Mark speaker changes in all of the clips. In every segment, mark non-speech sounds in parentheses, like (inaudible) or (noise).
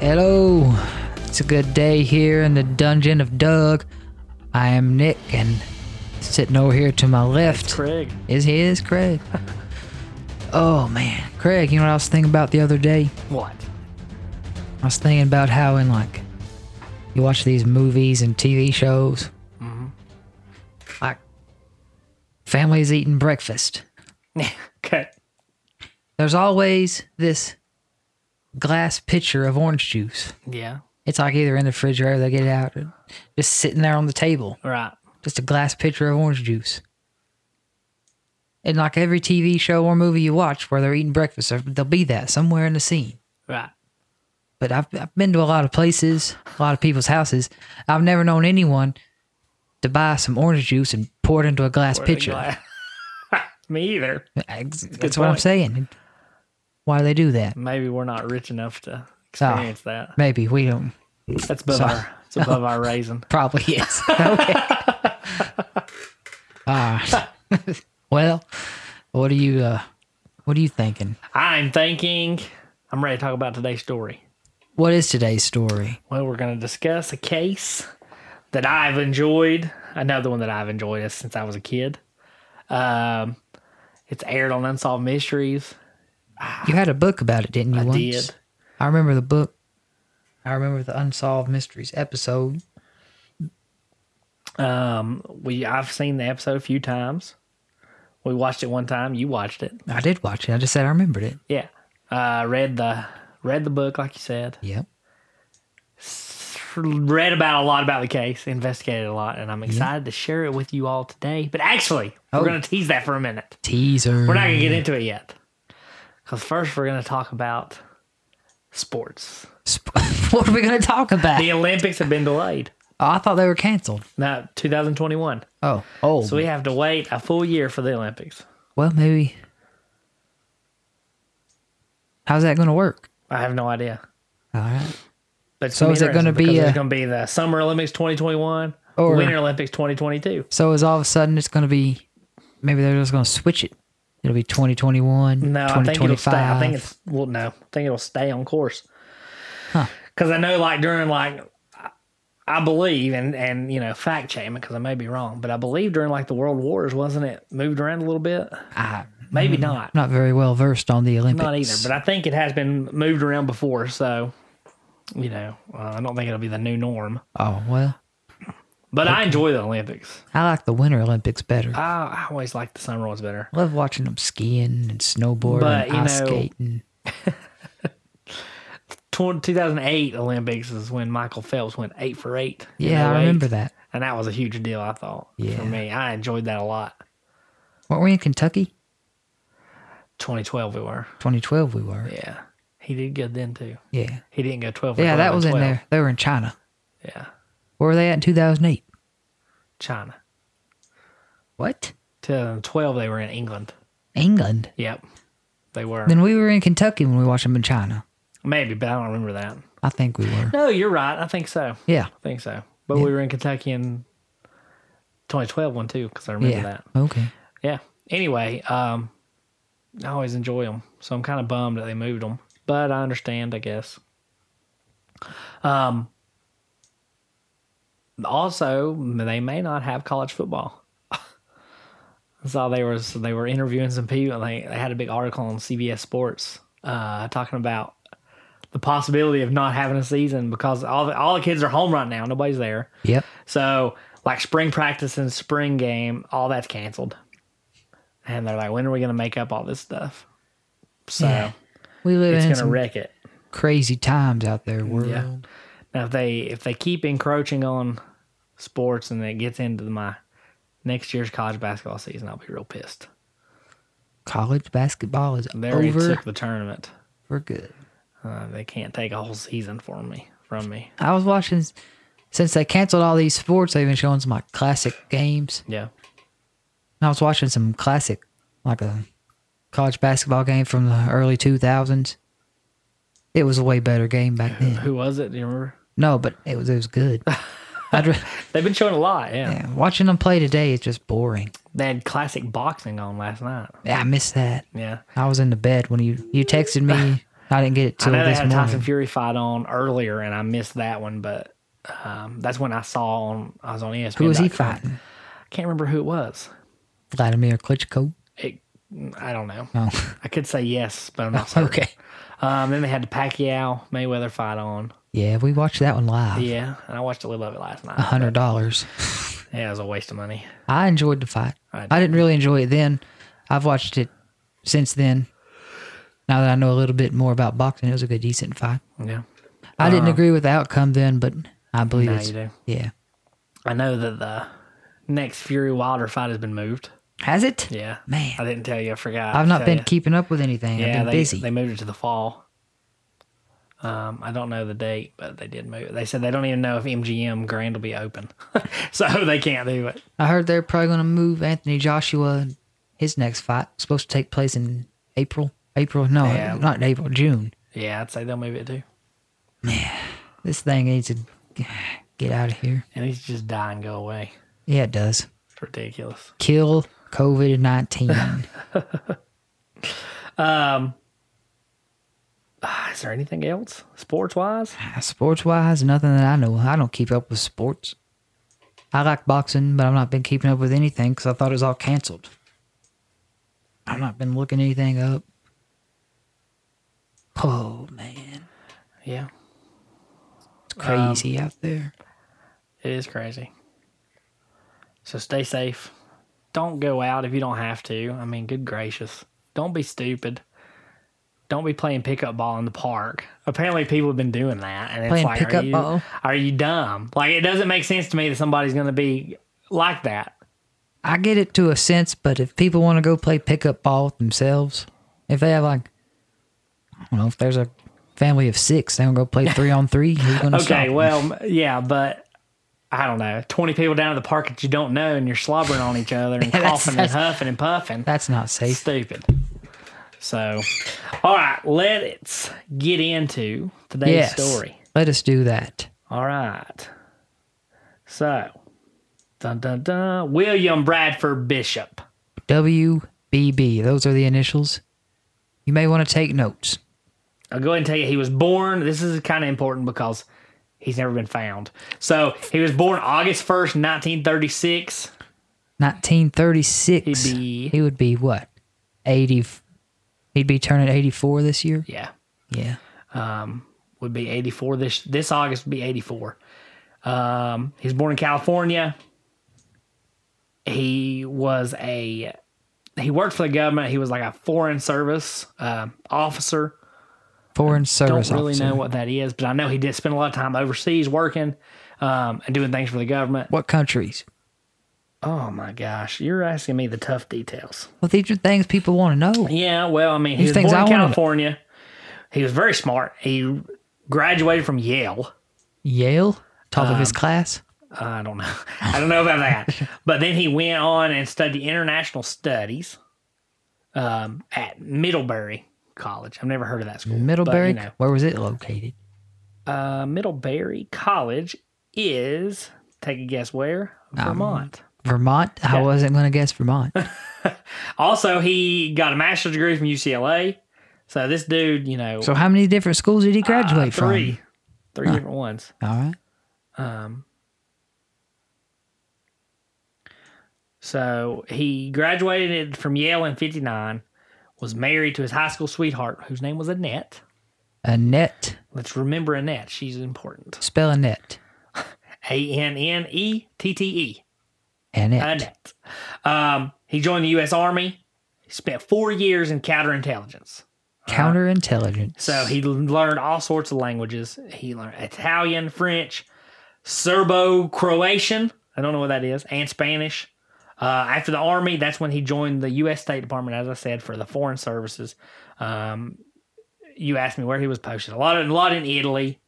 Speaker 1: Hello. It's a good day here in the dungeon of Doug. I am Nick, and sitting over here to my left
Speaker 2: Craig.
Speaker 1: is he is Craig. oh man, Craig, you know what I was thinking about the other day?
Speaker 2: What?
Speaker 1: I was thinking about how in like you watch these movies and TV shows,
Speaker 2: (laughs)
Speaker 1: like families eating breakfast.
Speaker 2: okay.
Speaker 1: There's always this glass pitcher of orange juice.
Speaker 2: Yeah.
Speaker 1: It's like either in the refrigerator, they get it out, or just sitting there on the table,
Speaker 2: Right.
Speaker 1: just a glass pitcher of orange juice. And like every TV show or movie you watch where they're eating breakfast, there- there'll be that somewhere in the scene.
Speaker 2: Right.
Speaker 1: but I've, I've been to a lot of places, a lot of people's houses. I've never known anyone to buy some orange juice and pour it into a glass
Speaker 2: Where are the
Speaker 1: pitcher.
Speaker 2: gla- (laughs) Me either.
Speaker 1: (laughs) Ex- That's,
Speaker 2: good
Speaker 1: what I'm
Speaker 2: point.
Speaker 1: saying. Why do they do that?
Speaker 2: Maybe we're not rich enough to experience that.
Speaker 1: Maybe we don't.
Speaker 2: That's above
Speaker 1: Sorry.
Speaker 2: our. It's above (laughs) our raising.
Speaker 1: Probably is. (laughs) okay. All right. (laughs) well, what are you? Uh, what are you thinking?
Speaker 2: I'm thinking. I'm ready to talk about today's story.
Speaker 1: What is today's story?
Speaker 2: Well, we're going to discuss a case that I've enjoyed. Another one that I've enjoyed since I was a kid. Um, it's aired on Unsolved Mysteries.
Speaker 1: You had a book about it, didn't you?
Speaker 2: I
Speaker 1: once?
Speaker 2: did.
Speaker 1: I remember the book. I remember the unsolved mysteries episode.
Speaker 2: Um, we I've seen the episode a few times. We watched it one time. You watched it.
Speaker 1: I did watch it. I just said I remembered it.
Speaker 2: Yeah. Uh, read the read the book like you said.
Speaker 1: Yep.
Speaker 2: Read about a lot about the case, investigated a lot, and I'm excited to share it with you all today. But actually,
Speaker 1: Oh.
Speaker 2: we're going to tease that for a minute.
Speaker 1: Teaser.
Speaker 2: We're not going to get into it yet. Cuz first we're going to talk about sports.
Speaker 1: (laughs) Sp- (laughs) what are we going to talk about?
Speaker 2: The Olympics have been delayed.
Speaker 1: Oh, I thought they were canceled.
Speaker 2: Now, 2021.
Speaker 1: Oh, oh.
Speaker 2: So we have to wait a full year for the Olympics.
Speaker 1: well, maybe. How's that going to work?
Speaker 2: I have no idea.
Speaker 1: All right.
Speaker 2: But it's
Speaker 1: So is it
Speaker 2: interesting
Speaker 1: gonna be
Speaker 2: because
Speaker 1: a-
Speaker 2: It's going to be the Summer Olympics 2021
Speaker 1: Or-
Speaker 2: Winter Olympics 2022.
Speaker 1: So is all of a sudden it's going to be? Maybe they're just going to switch it. It'll be 2021.
Speaker 2: No, I think it'll stay.
Speaker 1: 2025.
Speaker 2: I think it's well, no, I think it'll stay on course. Because I know, like during like, I- I believe, and and you know, fact check me because I may be wrong, but I believe during like the World Wars, wasn't it moved around a little bit?
Speaker 1: I,
Speaker 2: Maybe not,
Speaker 1: am not very well versed on the Olympics.
Speaker 2: not either. But I think it has been moved around before, so you know, uh, I don't think it'll be the new norm.
Speaker 1: oh well,
Speaker 2: But I enjoy the Olympics.
Speaker 1: I like the Winter Olympics better. I
Speaker 2: I, I always like the summer ones better.
Speaker 1: love watching them skiing and snowboarding,
Speaker 2: But,
Speaker 1: and
Speaker 2: you
Speaker 1: ice
Speaker 2: know-
Speaker 1: skating.
Speaker 2: Tw- 2008 Olympics is when Michael Phelps went eight for eight. in
Speaker 1: Yeah, I
Speaker 2: 08.
Speaker 1: remember that.
Speaker 2: and that was a huge deal. I thought
Speaker 1: Yeah.
Speaker 2: for me, I enjoyed that a lot.
Speaker 1: Weren't we in Kentucky?
Speaker 2: 2012 we were,
Speaker 1: 2012 we were.
Speaker 2: yeah. He did good then too.
Speaker 1: Yeah.
Speaker 2: He didn't go 12. for
Speaker 1: Yeah,
Speaker 2: 12
Speaker 1: that was in
Speaker 2: 12.
Speaker 1: there. They were in China.
Speaker 2: Yeah,
Speaker 1: Where were they at in 2008?
Speaker 2: China.
Speaker 1: What?
Speaker 2: 2012 they were in England.
Speaker 1: England.
Speaker 2: Yep, they were.
Speaker 1: Then we were in Kentucky when we watched them in China.
Speaker 2: Maybe, but I don't remember that.
Speaker 1: I think we were.
Speaker 2: No, you're right. I think so. I
Speaker 1: Yeah.
Speaker 2: think so. But we were in Kentucky in 2012 one too because I remember
Speaker 1: Yeah.
Speaker 2: that.
Speaker 1: Okay.
Speaker 2: Yeah. Anyway, um, I always enjoy them, so I'm kind of bummed that they moved them, but I understand, I guess. Um. Also, they may not have college football. (laughs) I saw they was they were interviewing some people. And they they had a big article on CBS Sports uh, talking about the possibility of not having a season because all the, all the kids are home right now. Nobody's there.
Speaker 1: Yep.
Speaker 2: So, like spring practice and spring game, all that's canceled. And they're like, when are we going to make up all this stuff? So,
Speaker 1: Yeah. We live
Speaker 2: it's
Speaker 1: in
Speaker 2: going to
Speaker 1: some
Speaker 2: wreck it.
Speaker 1: crazy times out there. World.
Speaker 2: Yeah. Now, if they if they keep encroaching on sports and it gets into my next year's college basketball season, I'll be real pissed.
Speaker 1: College basketball is
Speaker 2: They already
Speaker 1: over
Speaker 2: took the tournament.
Speaker 1: for good.
Speaker 2: Uh, they can't take a whole season from me. From me.
Speaker 1: I was watching, since they canceled all these sports, they've been showing some like classic games.
Speaker 2: Yeah.
Speaker 1: And I was watching some classic, like a college basketball game from the early 2000s. It was a way better game back then.
Speaker 2: Who was it? Do you remember?
Speaker 1: No, but it was it was
Speaker 2: (laughs)
Speaker 1: good. I'd re-
Speaker 2: They've been showing a lot. Yeah.
Speaker 1: yeah, watching them play today is just boring.
Speaker 2: They had classic boxing on last night.
Speaker 1: Yeah, I miss that.
Speaker 2: Yeah.
Speaker 1: I was in the bed when you you texted me I didn't get it
Speaker 2: (laughs) I
Speaker 1: till
Speaker 2: know they
Speaker 1: this
Speaker 2: had a
Speaker 1: morning.
Speaker 2: Tyson Fury fight on earlier, and I missed that one, but um, that's when I saw on I was on E ESPN.
Speaker 1: Who was he fighting?
Speaker 2: I can't remember who it was.
Speaker 1: Vladimir
Speaker 2: (laughs)
Speaker 1: Klitschko.
Speaker 2: It, I don't know.
Speaker 1: Oh,
Speaker 2: I could say yes, but
Speaker 1: (laughs)
Speaker 2: I'm not certain.
Speaker 1: okay.
Speaker 2: Um, then they had the Pacquiao Mayweather fight on.
Speaker 1: Yeah, we watched that one live.
Speaker 2: Yeah, and I watched a little of it last night.
Speaker 1: A hundred dollars.
Speaker 2: Yeah, it was a waste of money.
Speaker 1: I enjoyed the fight.
Speaker 2: I
Speaker 1: I didn't really enjoy it then. I've watched it since then. Now that I know a little bit more about boxing, it was a good, decent fight.
Speaker 2: Yeah,
Speaker 1: I didn't agree with the outcome then, but I believe
Speaker 2: now
Speaker 1: it's
Speaker 2: Uh-huh. you do.
Speaker 1: yeah.
Speaker 2: I know that the next Fury Wilder fight has been moved.
Speaker 1: Has it?
Speaker 2: Yeah,
Speaker 1: Man.
Speaker 2: I didn't tell you. I forgot.
Speaker 1: I've
Speaker 2: to
Speaker 1: not
Speaker 2: tell
Speaker 1: been
Speaker 2: you.
Speaker 1: keeping up with anything.
Speaker 2: yeah,
Speaker 1: I've been
Speaker 2: they,
Speaker 1: busy.
Speaker 2: They moved it to the fall. Um, I don't know the date, but they did move it. They said they don't even know if MGM Grand will be open, (laughs) so they can't do it.
Speaker 1: I heard they're probably going to move Anthony Joshua. His next fight supposed to take place in April. April? No,
Speaker 2: Yeah.
Speaker 1: not in April. June.
Speaker 2: Yeah, I'd say they'll move it too.
Speaker 1: This thing needs to (sighs) get out of here.
Speaker 2: And he's just die and go away.
Speaker 1: Yeah, it does.
Speaker 2: It's ridiculous.
Speaker 1: Kill COVID nineteen.
Speaker 2: Ah, Is there anything else
Speaker 1: (sighs)
Speaker 2: sports wise?
Speaker 1: sports wise, nothing that I know. I don't keep up with sports. I like boxing, but I've not been keeping up with anything because I thought it was all canceled. I've not been looking anything up. Oh man,
Speaker 2: Yeah,
Speaker 1: it's
Speaker 2: Um,
Speaker 1: crazy out there.
Speaker 2: it is crazy. So stay safe. Don't go out if you don't have to. I mean, good gracious. Don't be stupid. Don't be playing pickup ball in the park. Apparently, people have been doing that, and it's
Speaker 1: Playing
Speaker 2: like,
Speaker 1: pickup
Speaker 2: are you,
Speaker 1: ball?
Speaker 2: are you dumb? Like, it doesn't make sense to me that somebody's going to be like that.
Speaker 1: I get it to a sense, but if people want to go play pickup ball themselves, if they have like, I don't know, if there's a family of six, they don't go
Speaker 2: (laughs)
Speaker 1: play three on three. Who's gonna stop
Speaker 2: Okay,
Speaker 1: 'em?
Speaker 2: well, yeah, but I don't know. Twenty people down at the park that you don't know, and you're slobbering on each other and
Speaker 1: Yeah, (laughs) that's-
Speaker 2: coughing and huffing and puffing.
Speaker 1: that's not safe.
Speaker 2: stupid. So, all right, let's get into today's
Speaker 1: Yes,
Speaker 2: story.
Speaker 1: let us do that.
Speaker 2: All right. So, dun dun dun. William Bradford Bishop.
Speaker 1: WBB. Those are the initials. You may want to take notes.
Speaker 2: I'll go ahead and tell you he was born. This is kind of important because he's never been found. So he was born August first, nineteen thirty six.
Speaker 1: 1936.
Speaker 2: He'd be-
Speaker 1: He would be what? 80. He'd be turning 84 this year.
Speaker 2: Yeah,
Speaker 1: Yeah.
Speaker 2: would be eighty four this this August would be eighty four. Um, he was born in California. He was a he worked for the government. He was like a foreign service uh, officer.
Speaker 1: Foreign
Speaker 2: Don't
Speaker 1: service
Speaker 2: really
Speaker 1: officer.
Speaker 2: know what that is, but I know he did spend a lot of time overseas working um, and doing things for the government.
Speaker 1: What countries?
Speaker 2: Oh my gosh, you're asking me the tough details.
Speaker 1: Well, these are things people want to know.
Speaker 2: Yeah, well, I mean, he
Speaker 1: These
Speaker 2: was
Speaker 1: things
Speaker 2: born
Speaker 1: I
Speaker 2: in
Speaker 1: wanna know.
Speaker 2: California. He was very smart. He graduated from Yale.
Speaker 1: Yale, top of his
Speaker 2: Um,
Speaker 1: class.
Speaker 2: I don't know. I don't know about
Speaker 1: (laughs)
Speaker 2: that. But then he went on and studied international studies um, at Middlebury College. I've never heard of that school. but, you
Speaker 1: Middlebury.
Speaker 2: know.
Speaker 1: Where was it located?
Speaker 2: uh, Middlebury College is, take a guess where?
Speaker 1: Um,
Speaker 2: Vermont.
Speaker 1: Vermont. I wasn't going to guess
Speaker 2: (laughs)
Speaker 1: Vermont.
Speaker 2: also, he got a master's degree from UCLA. So this dude, you know,
Speaker 1: so, how many different schools did he graduate
Speaker 2: uh, three,
Speaker 1: from?
Speaker 2: three different ones.
Speaker 1: All right.
Speaker 2: Um, so he graduated from Yale in 59, was married to his high school sweetheart, whose name was Annette.
Speaker 1: Annette.
Speaker 2: Let's remember Annette. She's important.
Speaker 1: Spell Annette.
Speaker 2: A N N E T T E.
Speaker 1: Annette.
Speaker 2: Annette. Um, he joined the U.S. Army. He spent four years in counterintelligence.
Speaker 1: Counterintelligence.
Speaker 2: So he l- learned all sorts of languages. He learned Italian, French, Serbo Croatian. I don't know what that is, and Spanish. Uh, after the army, that's when he joined the U.S. State Department, as I said, for the foreign services. Um, you asked me where he was posted. A lot, a lot in Italy,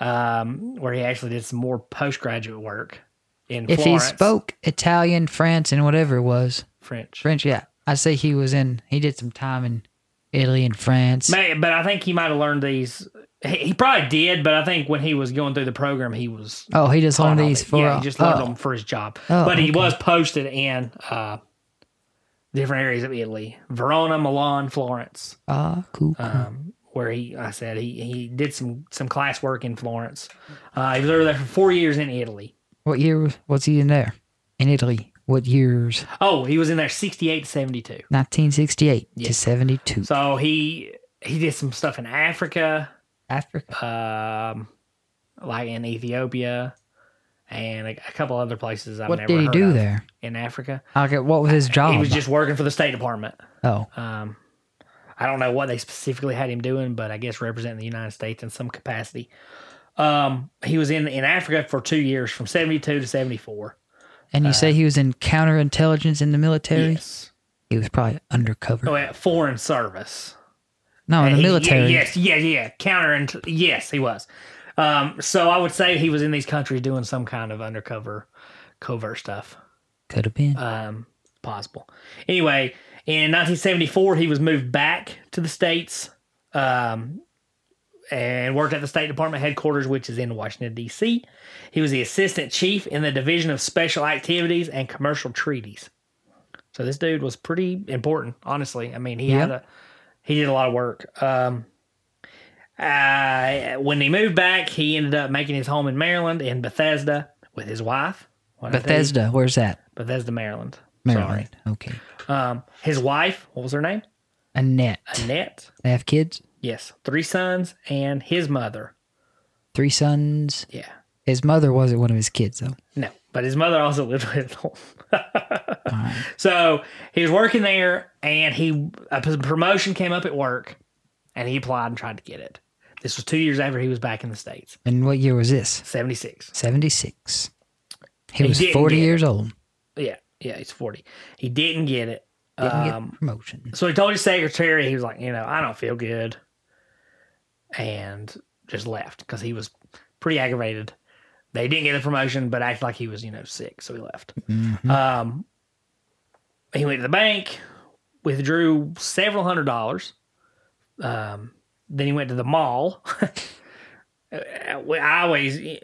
Speaker 2: um, where he actually did some more postgraduate work in
Speaker 1: If
Speaker 2: Florence.
Speaker 1: he spoke Italian, France, and whatever it was,
Speaker 2: French.
Speaker 1: French, yeah, I say he was in. He did some time in Italy and France.
Speaker 2: May, but I think he might have learned these. He, he probably did, but I think when he was going through the program, he was
Speaker 1: oh, he just learned
Speaker 2: Oh, no,
Speaker 1: these
Speaker 2: but-
Speaker 1: for.
Speaker 2: yeah, he just learned
Speaker 1: oh,
Speaker 2: them for his job.
Speaker 1: Oh,
Speaker 2: but he
Speaker 1: okay.
Speaker 2: was posted in uh, different areas of Italy: Verona, Milan, Florence
Speaker 1: Ah, cool. cool.
Speaker 2: um, where he, I said he he did some some class work in Florence. Uh, he was over there for four years in Italy.
Speaker 1: What year was- was he in there? In Italy. What years?
Speaker 2: Oh, he was in there sixty eight to seventy two.
Speaker 1: 1968
Speaker 2: Yeah.
Speaker 1: to 72.
Speaker 2: So he he did some stuff in Africa,
Speaker 1: Africa.
Speaker 2: um, like in Ethiopia, and a, a couple other places. I've
Speaker 1: What
Speaker 2: never
Speaker 1: did he
Speaker 2: heard
Speaker 1: do
Speaker 2: of
Speaker 1: there? Oh,
Speaker 2: in Africa?
Speaker 1: Like, what was his job?
Speaker 2: He was just working for the State Department.
Speaker 1: oh,
Speaker 2: Um, I don't know what they specifically had him doing, but I guess representing the United States in some capacity. Um, he was in, in Africa for two years, from seventy two to seventy four.
Speaker 1: and you
Speaker 2: uh,
Speaker 1: say he was in counterintelligence in the military?
Speaker 2: Yes,
Speaker 1: He was probably undercover.
Speaker 2: oh, yeah, foreign service.
Speaker 1: no, in the
Speaker 2: He- yeah,
Speaker 1: military.
Speaker 2: yes, yeah, yeah. Counter and yes, he was. Um, so I would say he was in these countries doing some kind of undercover, covert stuff.
Speaker 1: Could have been.
Speaker 2: um, possible. Anyway, in 1974, he was moved back to the States um, and worked at the State Department headquarters, which is in Washington, D.C. He was the assistant chief in the Division of Special Activities and Commercial Treaties. So this dude was pretty important, honestly. I mean, he had
Speaker 1: Yeah.
Speaker 2: a he did a lot of work. Um, uh, when he moved back, he ended up making his home in Maryland in Bethesda with his wife. What'd I tell you?
Speaker 1: Bethesda. Where's that?
Speaker 2: Bethesda, Maryland.
Speaker 1: Maryland. Okay.
Speaker 2: Sorry. Um, his wife, what was her name?
Speaker 1: Annette.
Speaker 2: Annette.
Speaker 1: They have kids?
Speaker 2: Yes, three sons and his mother.
Speaker 1: Three sons.
Speaker 2: Yeah,
Speaker 1: His mother wasn't one of his kids, though.
Speaker 2: no, but his mother also (laughs) lived with him.
Speaker 1: All right.
Speaker 2: so he was working there, and he a p- promotion came up at work, and he applied and tried to get it. This was two years after he was back in the states,
Speaker 1: And what year was this?
Speaker 2: seventy six.
Speaker 1: 76. He
Speaker 2: He
Speaker 1: was
Speaker 2: didn't
Speaker 1: 40
Speaker 2: get it.
Speaker 1: years old.
Speaker 2: Yeah, yeah, he's forty. He didn't get it.
Speaker 1: Didn't
Speaker 2: um,
Speaker 1: get the promotion.
Speaker 2: So he told his secretary, he was like, you know, I don't feel good, and just left because he was pretty aggravated. They didn't get the promotion, but acted like he was, you know, sick, so he left.
Speaker 1: Mhm.
Speaker 2: Um, he went to the bank, withdrew several hundred dollars. Um, then he went to the mall. (laughs) I always,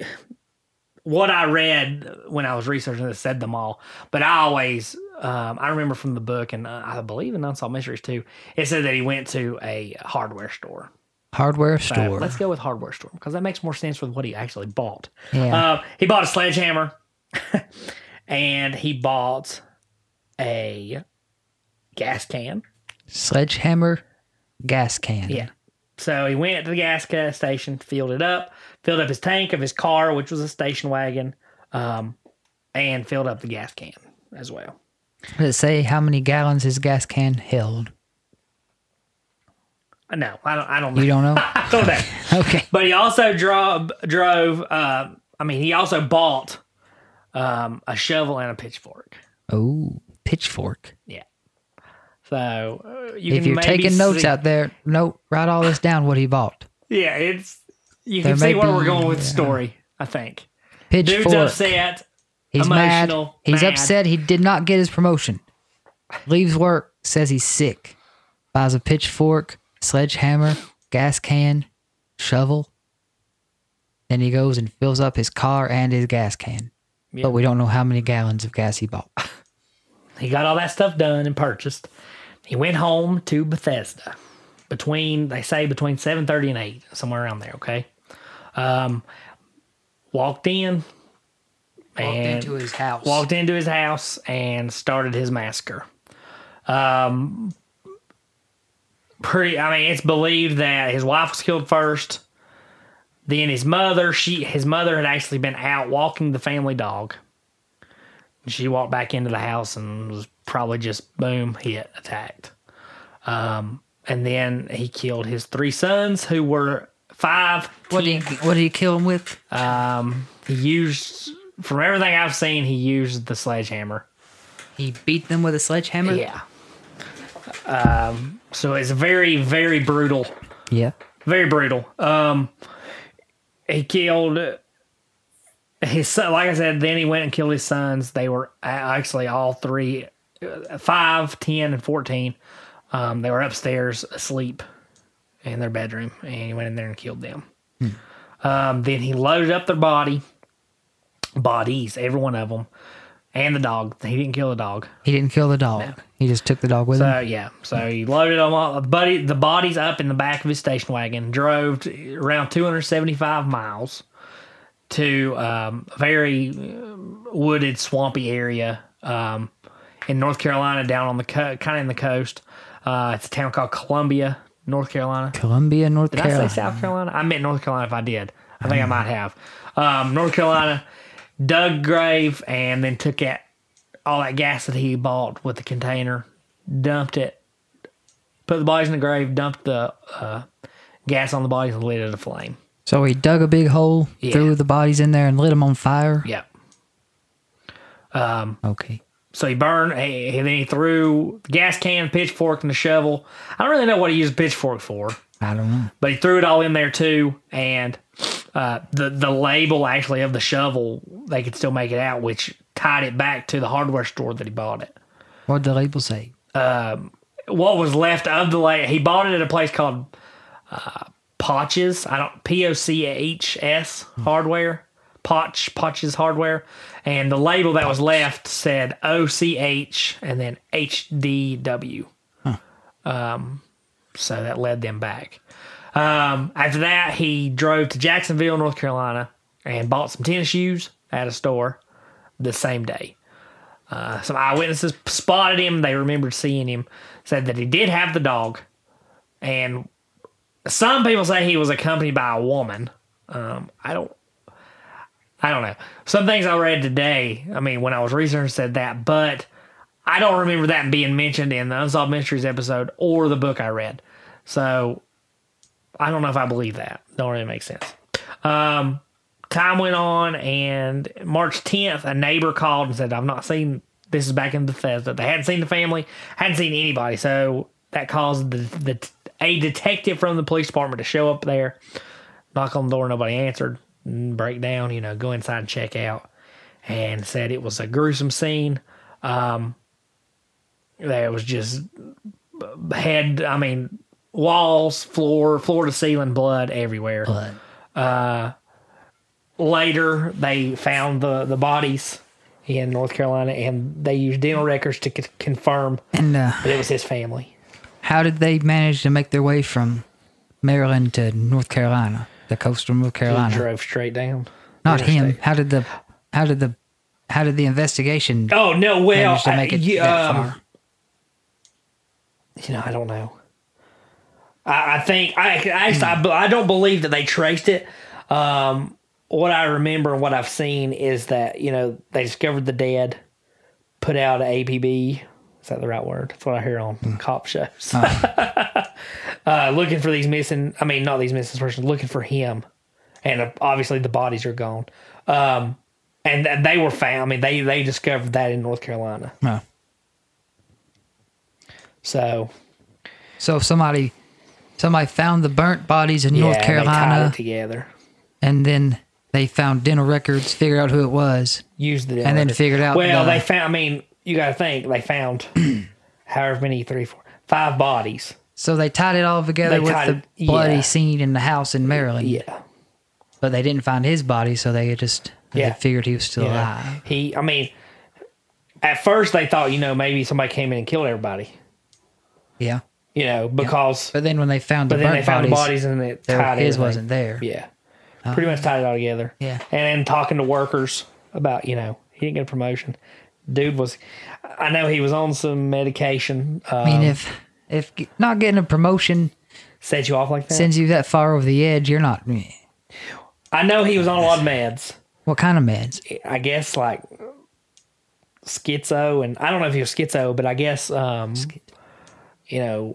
Speaker 2: what I read when I was researching this said the mall, but I always, um, I remember from the book, and uh, I believe in Unsolved Mysteries too, it said that he went to a hardware store.
Speaker 1: Hardware
Speaker 2: So
Speaker 1: store.
Speaker 2: let's go with hardware store because that makes more sense with what he actually bought.
Speaker 1: yeah.
Speaker 2: Uh, he bought a sledgehammer, (laughs) and he bought a gas can.
Speaker 1: Sledgehammer gas can.
Speaker 2: Yeah. So he went to the gas ca- station, filled it up, filled up his tank of his car, which was a station wagon, um, and filled up the gas can as well.
Speaker 1: Let's say how many gallons his gas can held.
Speaker 2: Uh, No, I don't. I don't know. (laughs)
Speaker 1: You don't know?
Speaker 2: I don't know.
Speaker 1: okay.
Speaker 2: But he also drove. Drove. Uh, I mean, he also bought um, a shovel and a pitchfork.
Speaker 1: Oh, pitchfork.
Speaker 2: So uh, you
Speaker 1: if
Speaker 2: can
Speaker 1: you're
Speaker 2: maybe
Speaker 1: taking notes
Speaker 2: see-
Speaker 1: out there, note, write all this down what he bought.
Speaker 2: Yeah, it's you
Speaker 1: There
Speaker 2: can
Speaker 1: may
Speaker 2: see where we're
Speaker 1: be,
Speaker 2: going with
Speaker 1: uh,
Speaker 2: the story. I think dude's
Speaker 1: Pitchfork.
Speaker 2: upset.
Speaker 1: He's mad.
Speaker 2: emotional,
Speaker 1: He's
Speaker 2: mad.
Speaker 1: upset he did not get his promotion. Leaves work, says he's sick. Buys a pitchfork, sledgehammer, gas can, shovel. Then he goes and fills up his car and his gas can.
Speaker 2: Yeah.
Speaker 1: But we don't know how many gallons of gas he
Speaker 2: (laughs)
Speaker 1: bought.
Speaker 2: He got all that stuff done and purchased. He went home to Bethesda between they say between seven thirty and eight somewhere around there. Okay, um, walked in and
Speaker 1: his house.
Speaker 2: walked into his house and started his massacre. Um, pretty. I mean, it's believed that his wife was killed first. Then his mother. She his mother had actually been out walking the family dog. She walked back into the house and was probably just boom hit attacked. Um, and then he killed his three sons who were five.
Speaker 1: what, did he, what did he kill him with?
Speaker 2: Um, he used, from everything I've seen, he used the sledgehammer.
Speaker 1: He beat them with a sledgehammer?
Speaker 2: Yeah. Um, so it's very, very brutal.
Speaker 1: Yeah.
Speaker 2: Very brutal. Um, he killed his son. Like I said, then he went and killed his sons. They were a- actually all three, uh, five, ten, and 14. Um, they were upstairs asleep in their bedroom, and he went in there and killed them. Um, then he loaded up their body, bodies, every one of them, and the dog. He didn't kill the dog.
Speaker 1: He didn't kill the dog. He just took the dog with him.
Speaker 2: So yeah, so he loaded them up. Buddy, the bodies up in the back of his station wagon. Drove to around 275 miles to um, a very um, wooded, swampy area um, in North Carolina, down on the co- kind of in the coast. Uh, it's a town called Columbia, North Carolina.
Speaker 1: Columbia, North
Speaker 2: Did I
Speaker 1: Carolina.
Speaker 2: say South Carolina? I meant North Carolina if I did. I think I might have. Um, North Carolina dug grave and then took that all that gas that he bought with the container, dumped it, put the bodies in the grave, dumped the uh, gas on the bodies and lit it aflame.
Speaker 1: So he dug a big hole,
Speaker 2: Yeah.
Speaker 1: threw the bodies in there, and lit them on fire.
Speaker 2: Yep.
Speaker 1: Okay.
Speaker 2: So he burned, he, he- then he threw the gas can, pitchfork, and the shovel. I don't really know what he used a pitchfork for.
Speaker 1: I don't know.
Speaker 2: but he threw it all in there too. And uh, the the label actually of the shovel, they could still make it out, which tied it back to the hardware store that he bought it.
Speaker 1: What did the label say?
Speaker 2: What was left of the label, he bought it at a place called uh, Potches. I don't P O C H S Hardware. Potch Potches Hardware, and the label that was left said O C H and then H D W. Um, so that led them back. Um, after that, he drove to Jacksonville, North Carolina, and bought some tennis shoes at a store the same day. Uh, some eyewitnesses spotted him. They remembered seeing him. Said that he did have the dog, and some people say he was accompanied by a woman. Um, I don't. I don't know. Some things I read today. I mean, when I was researching, said that, but I don't remember that being mentioned in the Unsolved Mysteries episode or the book I read. So I don't know if I believe that. Don't really make sense. Um, time went on, and March 10th, a neighbor called and said, I've not seen this is back in Bethesda. They hadn't seen the family, hadn't seen anybody. So that caused the, the a detective from the police department to show up there, knock on the door, nobody answered, mm, break down, you know, go inside and check out, and said it was a gruesome scene there was just uh, head i mean walls floor floor to ceiling blood everywhere
Speaker 1: Blood.
Speaker 2: later they found the the bodies in north carolina and they used dental records to c- confirm
Speaker 1: And uh,
Speaker 2: that it was his family
Speaker 1: how did they manage to make their way from Maryland to North Carolina, the coastal North
Speaker 2: he
Speaker 1: Carolina?
Speaker 2: drove straight down
Speaker 1: Not him.
Speaker 2: Interstate.
Speaker 1: How did the how did the how did the investigation
Speaker 2: oh no well
Speaker 1: manage to make
Speaker 2: I-
Speaker 1: it
Speaker 2: you,
Speaker 1: that
Speaker 2: um,
Speaker 1: far?
Speaker 2: you know i don't know i, I think I, I
Speaker 1: Hmm.
Speaker 2: I I don't believe that they traced it um what i remember and what i've seen is that you know they discovered the dead put out an APB. Is that the right word? That's what I hear on
Speaker 1: Hmm.
Speaker 2: cop shows. (laughs) uh, looking for these missing, I mean, not these missing persons, looking for him. And uh, obviously the bodies are gone. Um, and th- they were found. I mean, they, they discovered that in North Carolina.
Speaker 1: No.
Speaker 2: So,
Speaker 1: So if somebody somebody found the burnt bodies in North
Speaker 2: yeah, they tied
Speaker 1: Carolina,
Speaker 2: it together.
Speaker 1: and then they found dental records, figured out who it was.
Speaker 2: Used the
Speaker 1: And then figured out
Speaker 2: Well,
Speaker 1: the-
Speaker 2: they found, I mean, you got to think,
Speaker 1: (clears throat)
Speaker 2: they found however many, three, four, five bodies.
Speaker 1: So they tied it all together
Speaker 2: They
Speaker 1: with
Speaker 2: tied
Speaker 1: the
Speaker 2: it-
Speaker 1: bloody
Speaker 2: yeah.
Speaker 1: scene in the house in Maryland.
Speaker 2: Yeah.
Speaker 1: But they didn't find his body, so they just they
Speaker 2: Yeah.
Speaker 1: figured he was still
Speaker 2: You know,
Speaker 1: alive.
Speaker 2: He, I mean, at first they thought, you know, maybe somebody came in and killed everybody,
Speaker 1: Yeah.
Speaker 2: you know, because,
Speaker 1: But then when they found the
Speaker 2: but then they
Speaker 1: burnt bodies,
Speaker 2: found the bodies and it
Speaker 1: there-
Speaker 2: tied
Speaker 1: his
Speaker 2: everything.
Speaker 1: wasn't there. Oh.
Speaker 2: Yeah. Pretty much tied it all together.
Speaker 1: Yeah.
Speaker 2: And then talking to workers about, you know, he didn't get a promotion. Dude was, I know he was on some medication. Uh,
Speaker 1: I mean, if if g- not getting a promotion
Speaker 2: set you off like that.
Speaker 1: sends you that far over the edge, you're not.
Speaker 2: I know he was on a lot of meds.
Speaker 1: What kind of meds? (laughs)
Speaker 2: I guess like schizo, and I don't know if he was schizo, but I guess, um, you know,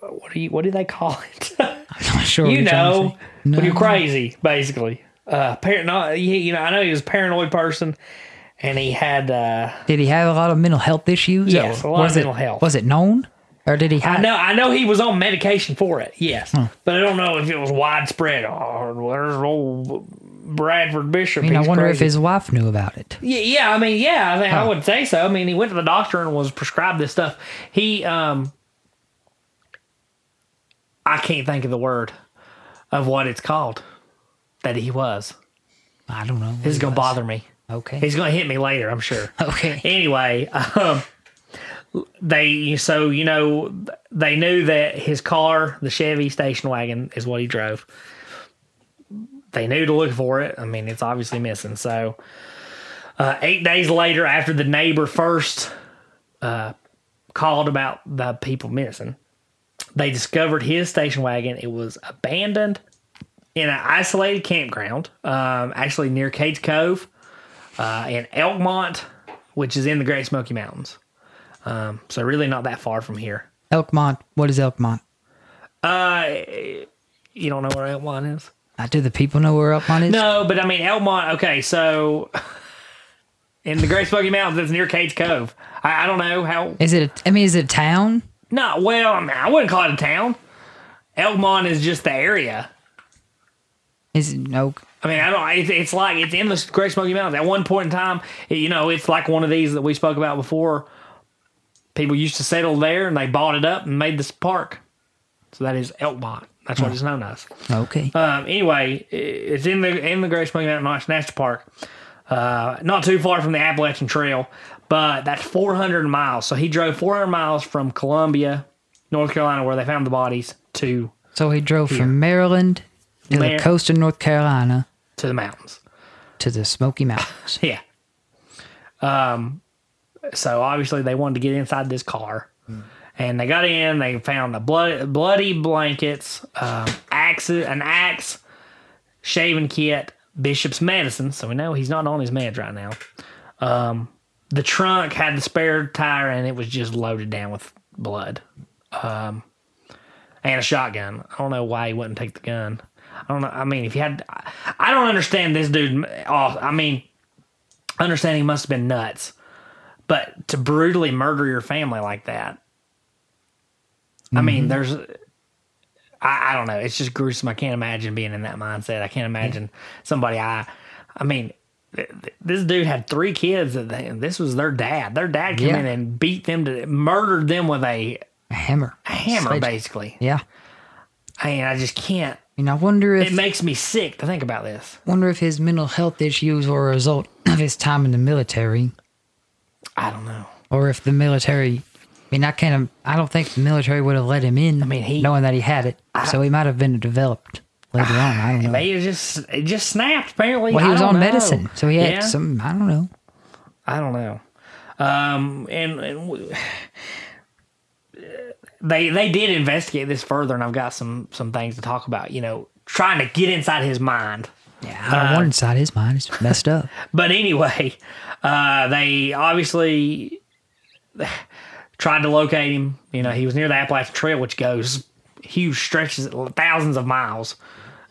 Speaker 2: what do you, what do they call it? (laughs)
Speaker 1: I'm not sure. what
Speaker 2: you
Speaker 1: you're trying to
Speaker 2: know,
Speaker 1: say.
Speaker 2: when you're crazy, basically. Uh, parano- you, you know, I know he was a paranoid person, and he had. Uh,
Speaker 1: Did he have a lot of mental health issues?
Speaker 2: Yes,
Speaker 1: Or
Speaker 2: a lot of
Speaker 1: was it-
Speaker 2: mental health.
Speaker 1: Was it known, or did he?
Speaker 2: I
Speaker 1: Hide?
Speaker 2: know, I know he was on medication for it. Yes, but I don't know if it was widespread. Oh, there's old Bradford Bishop.
Speaker 1: I mean, I
Speaker 2: he's
Speaker 1: wonder if
Speaker 2: crazy.
Speaker 1: his wife knew about it.
Speaker 2: Yeah, yeah, I mean, yeah, I, think I would say so. I mean, he went to the doctor and was prescribed this stuff. He, um, I can't think of the word of what it's called that he was.
Speaker 1: I don't know.
Speaker 2: This is gonna bother me.
Speaker 1: Okay.
Speaker 2: He's going to hit me later, I'm sure.
Speaker 1: (laughs) okay.
Speaker 2: anyway, um, they so you know they knew that his car, the Chevy station wagon, is what he drove. They knew to look for it. I mean, it's obviously missing. So, uh, eight days later, after the neighbor first uh, called about the people missing, they discovered his station wagon. It was abandoned in an isolated campground, um, actually near Cage Cove uh, in Elkmont, which is in the Great Smoky Mountains. Um, so really not that far from here.
Speaker 1: Elkmont. What is Elkmont?
Speaker 2: Uh, you don't know where Elkmont is?
Speaker 1: Uh, do the people know where Elkmont is?
Speaker 2: No, but I mean Elmont. Okay, so (laughs) in the Great Smoky Mountains, it's near Cage Cove. I, I don't know how.
Speaker 1: Is it? A, I mean, is it a town?
Speaker 2: No, well, I mean, I wouldn't call it a town. Elmont is just the area.
Speaker 1: Is it no?
Speaker 2: I mean, I don't. It's, it's like it's in the Great Smoky Mountains. At one point in time, it- you know, it's like one of these that we spoke about before. People used to settle there, and they bought it up and made this park. So that is Elkmont. That's what it's known as.
Speaker 1: Okay.
Speaker 2: Um, anyway, i- it's in the in the Great Smoky Mountains National Park, uh, not too far from the Appalachian Trail, but that's 400 miles. So he drove 400 miles from Columbia, North Carolina, where they found the bodies, to
Speaker 1: So he drove from Maryland to
Speaker 2: Mar-
Speaker 1: the coast of North Carolina
Speaker 2: to the mountains.
Speaker 1: to the Smoky
Speaker 2: Ah.
Speaker 1: Mountains.
Speaker 2: (laughs) Yeah. Um, so obviously they wanted to get inside this car, and they got in. They found the blood, bloody blankets, um, axes, an axe, shaving kit, Bishop's medicine. So we know he's not on his meds right now. Um, the trunk had the spare tire, and it was just loaded down with blood. Um, and a shotgun. I don't know why he wouldn't take the gun. I don't know. I mean, if he had, I I don't understand this dude. Oh, I mean, understanding must have been nuts. But to brutally murder your family like that, I mean, there's, I, I don't know. It's just gruesome. I can't imagine being in that mindset. I can't imagine somebody I, I mean, th- th- this dude had three kids, and they- this was their dad. Their dad came
Speaker 1: Yeah.
Speaker 2: in and beat them to, murdered them with a
Speaker 1: A hammer.
Speaker 2: hammer,
Speaker 1: Sledge-
Speaker 2: basically.
Speaker 1: Yeah.
Speaker 2: I mean, I just can't.
Speaker 1: And I wonder if
Speaker 2: It makes me sick to think about this.
Speaker 1: wonder if his mental health issues were a result of his time in the military,
Speaker 2: I don't know.
Speaker 1: or if the military. I mean, I can't. I don't think the military would have let him in. I
Speaker 2: mean, he-
Speaker 1: knowing that he had it, so he might have been developed later on. I
Speaker 2: (sighs)
Speaker 1: don't know.
Speaker 2: They just it just snapped. Apparently,
Speaker 1: Well, he
Speaker 2: I
Speaker 1: was
Speaker 2: don't
Speaker 1: on
Speaker 2: know.
Speaker 1: medicine, so he had
Speaker 2: Yeah.
Speaker 1: some. I don't know.
Speaker 2: I don't know. Um, and, and w- they they did investigate this further, and I've got some some things to talk about. You know, trying to get inside his mind.
Speaker 1: Yeah, I
Speaker 2: uh,
Speaker 1: don't want inside his mind. It's messed up.
Speaker 2: (laughs) But anyway, uh, they obviously tried to locate him. You know, he was near the Appalachian Trail, which goes huge stretches, thousands of miles.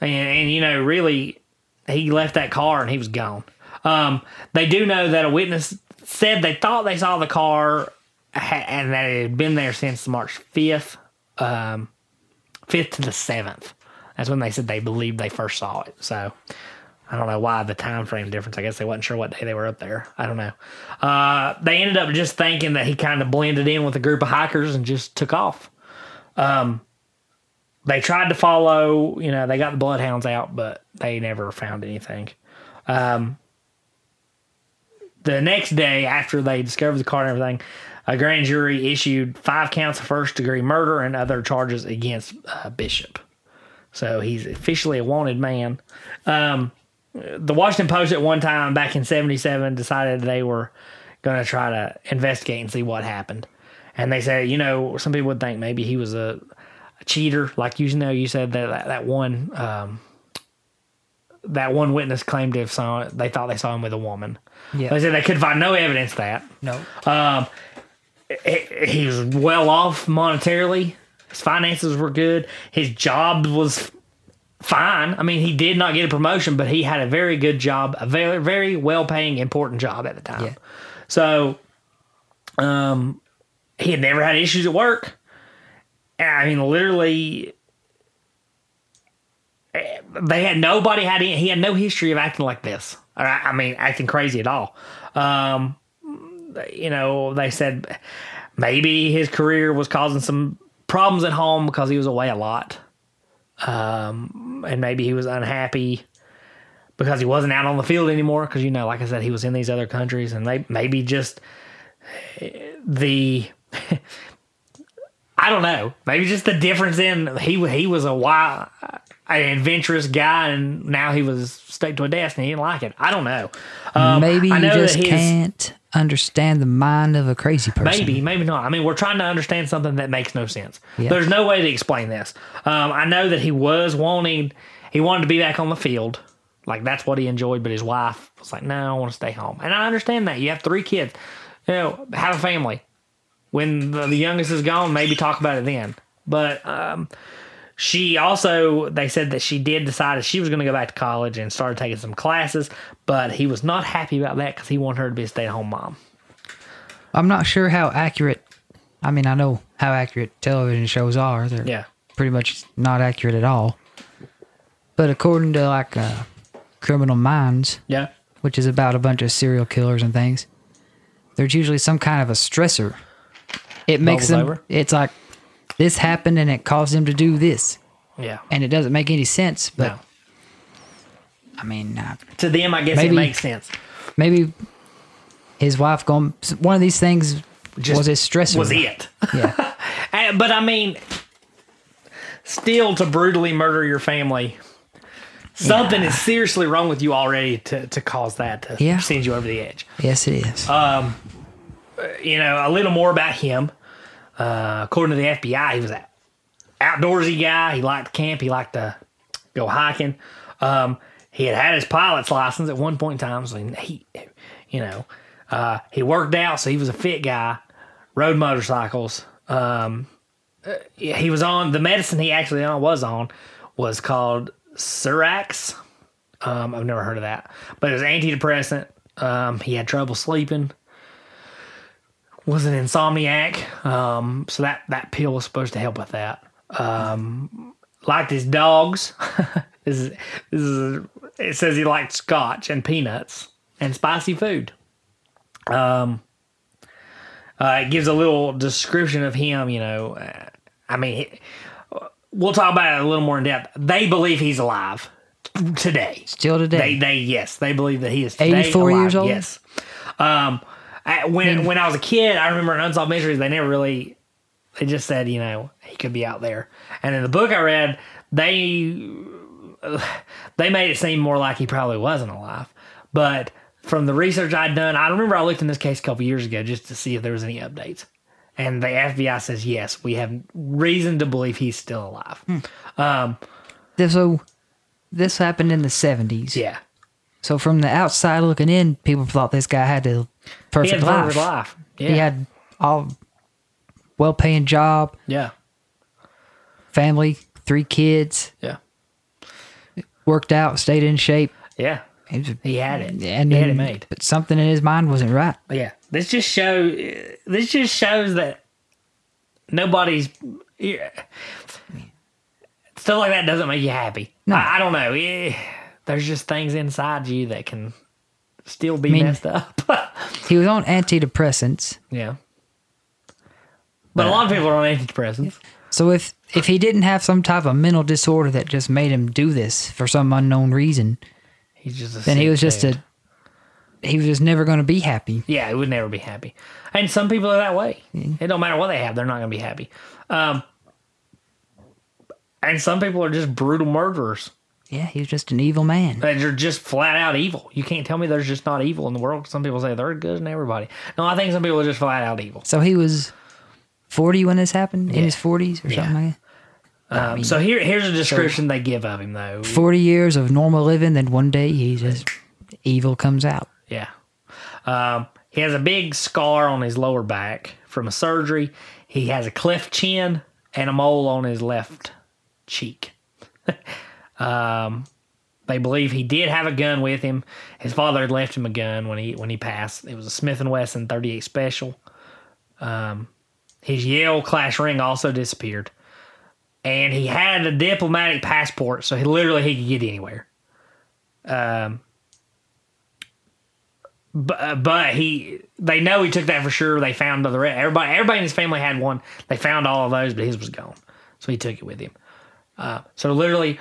Speaker 2: And, and you know, really, he left that car and he was gone. Um, they do know that a witness said they thought they saw the car ha- and that it had been there since March 5th, um, 5th to the 7th. That's when they said they believed they first saw it. So, I don't know why the time frame difference. I guess they wasn't sure what day they were up there. I don't know. Uh, they ended up just thinking that he kind of blended in with a group of hikers and just took off. Um, they tried to follow. You know, they got the bloodhounds out, but they never found anything. Um, the next day, after they discovered the car and everything, a grand jury issued five counts of first degree murder and other charges against uh, Bishop. So he's officially a wanted man. Um, the Washington Post at one time back in 77 decided they were going to try to investigate and see what happened. And they said, you know, some people would think maybe he was a, a cheater. Like you know, you said that that, that one um, that one witness claimed to have saw they thought they saw him with a woman.
Speaker 1: Yeah.
Speaker 2: They said they could find no evidence of that
Speaker 1: No.
Speaker 2: he- he was well off monetarily. His finances were good. His job was fine. I mean, he did not get a promotion, but he had a very good job, a very very well paying, important job at the time.
Speaker 1: Yeah.
Speaker 2: So, um, he had never had issues at work. And, I mean, literally, eh, they had nobody had any, he had no history of acting like this. Or, I I mean, acting crazy at all. Um, you know, they said maybe his career was causing some problems at home because he was away a lot. Um, and maybe he was unhappy. because he wasn't out on the field anymore. Because you know, like I said, he was in these other countries, and they maybe just eh, the (laughs) I don't know, maybe just the difference in he he was a wild, an adventurous guy, and now he was stuck to a desk and he didn't like it. I don't know. Um,
Speaker 1: maybe
Speaker 2: I
Speaker 1: you
Speaker 2: know
Speaker 1: just
Speaker 2: that his-
Speaker 1: can't understand the mind of a crazy person.
Speaker 2: Maybe, maybe not. I mean, we're trying to understand something that makes no sense.
Speaker 1: Yeah.
Speaker 2: There's no way to explain this. Um, I know that he was wanting, he wanted to be back on the field. Like, that's what he enjoyed, but his wife was like, no, I want to stay home. And I understand that. You have three kids, you know, have a family. When the, the youngest is gone, maybe talk about it then. But um, she also, they said that she did decide that she was going to go back to college and started taking some classes, but he was not happy about that because he wanted her to be a stay at home mom.
Speaker 1: I'm not sure how accurate. I mean, I know how accurate television shows are. They're
Speaker 2: Yeah.
Speaker 1: pretty much not accurate at all. But according to like uh, Criminal Minds,
Speaker 2: Yeah.
Speaker 1: which is about a bunch of serial killers and things, there's usually some kind of a stressor. It makes
Speaker 2: Bubbles
Speaker 1: them.
Speaker 2: over?
Speaker 1: It's like this happened and it caused him to do this,
Speaker 2: Yeah.
Speaker 1: and it doesn't make any sense. But
Speaker 2: No.
Speaker 1: I mean, I,
Speaker 2: to them, I guess
Speaker 1: Maybe-
Speaker 2: it makes sense.
Speaker 1: maybe his wife gone. One of these things
Speaker 2: Just
Speaker 1: was his stressor.
Speaker 2: Was it?
Speaker 1: (laughs)
Speaker 2: (laughs)
Speaker 1: Yeah.
Speaker 2: Uh, but I mean, still to brutally murder your family, something is seriously wrong with you already to, to cause that to
Speaker 1: Yeah.
Speaker 2: send you over the edge.
Speaker 1: yes, it is.
Speaker 2: Uh, You know, a little more about him. Uh, according to the FBI, he was an outdoorsy guy. He liked to camp. He liked to go hiking. Um, he had had his pilot's license at one point in time. So he, you know, uh, he worked out, so he was a fit guy. Rode motorcycles. Um, he was on the medicine he actually on was on was called Cerax. Um, I've never heard of that, but it was antidepressant. Um, he had trouble sleeping. Was an insomniac. Um, so that that pill was supposed to help with that. Um, liked his dogs. (laughs) this is, this is it says he liked scotch and peanuts and spicy food. Um, uh, it gives a little description of him. You know, uh, I mean, he- we'll talk about it a little more in depth. They believe he's alive today.
Speaker 1: Still
Speaker 2: They,
Speaker 1: today.
Speaker 2: they, yes, they believe that he is today
Speaker 1: 84
Speaker 2: alive,
Speaker 1: years old? Hmm.
Speaker 2: Yes. Um, I, when when I was a kid, I remember in Unsolved Mysteries, they never really, they just said, you know, he could be out there. And in the book I read, they they made it seem more like he probably wasn't alive. But from the research I'd done, I remember I looked in this case a couple years ago just to see if there was any updates. And the FBI says yes, we have reason to believe he's still alive.
Speaker 1: Hmm. This so this happened in the seventies.
Speaker 2: Yeah.
Speaker 1: So from the outside looking in, people thought this guy had the
Speaker 2: He
Speaker 1: perfect
Speaker 2: had
Speaker 1: life.
Speaker 2: perfect life. Yeah.
Speaker 1: He had all well paying job,
Speaker 2: yeah.
Speaker 1: family, three kids,
Speaker 2: Yeah.
Speaker 1: worked out, stayed in shape.
Speaker 2: Yeah.
Speaker 1: He was a-
Speaker 2: He had it.
Speaker 1: and
Speaker 2: he
Speaker 1: then,
Speaker 2: had it made.
Speaker 1: But something in his mind wasn't right.
Speaker 2: But yeah, this just show. This just shows that nobody's yeah. stuff like that doesn't make you happy.
Speaker 1: No.
Speaker 2: I, I don't know. Eh, There's just things inside you that can still be
Speaker 1: mean-
Speaker 2: messed up. (laughs)
Speaker 1: He was on antidepressants.
Speaker 2: yeah. But a
Speaker 1: uh,
Speaker 2: lot of people are on antidepressants.
Speaker 1: So if if he didn't have some type of mental disorder that just made him do this for some unknown reason,
Speaker 2: He's just a
Speaker 1: then he
Speaker 2: sick
Speaker 1: was just
Speaker 2: dude.
Speaker 1: a he was just never going to be happy.
Speaker 2: Yeah, he would never be happy. And some people are that way. It don't matter what they have, they're not going to be happy. Um, and some people are just brutal murderers.
Speaker 1: Yeah, he was just an evil man.
Speaker 2: that you're just flat out evil. You can't tell me there's just not evil in the world. Some people say they're good and everybody. No, I think some people are just flat out evil.
Speaker 1: So he was 40 when this happened, in his 40s or something like
Speaker 2: Um, so here, here's a description they give of him, though.
Speaker 1: that. 40 years of normal living, then one day he just evil comes out.
Speaker 2: Yeah, um, he has a big scar on his lower back from a surgery. He has a cleft chin and a mole on his left cheek. (laughs) um, they believe he did have a gun with him. His father had left him a gun when he when he passed. It was a Smith and Wesson 38 special. Um, His Yale class ring also disappeared. And he had a diplomatic passport, so he literally he could get anywhere. Um, but, but he, they know he took that for sure. They found the rest. Everybody, everybody in his family had one. They found all of those, but his was gone, so he took it with him. Uh, so literally,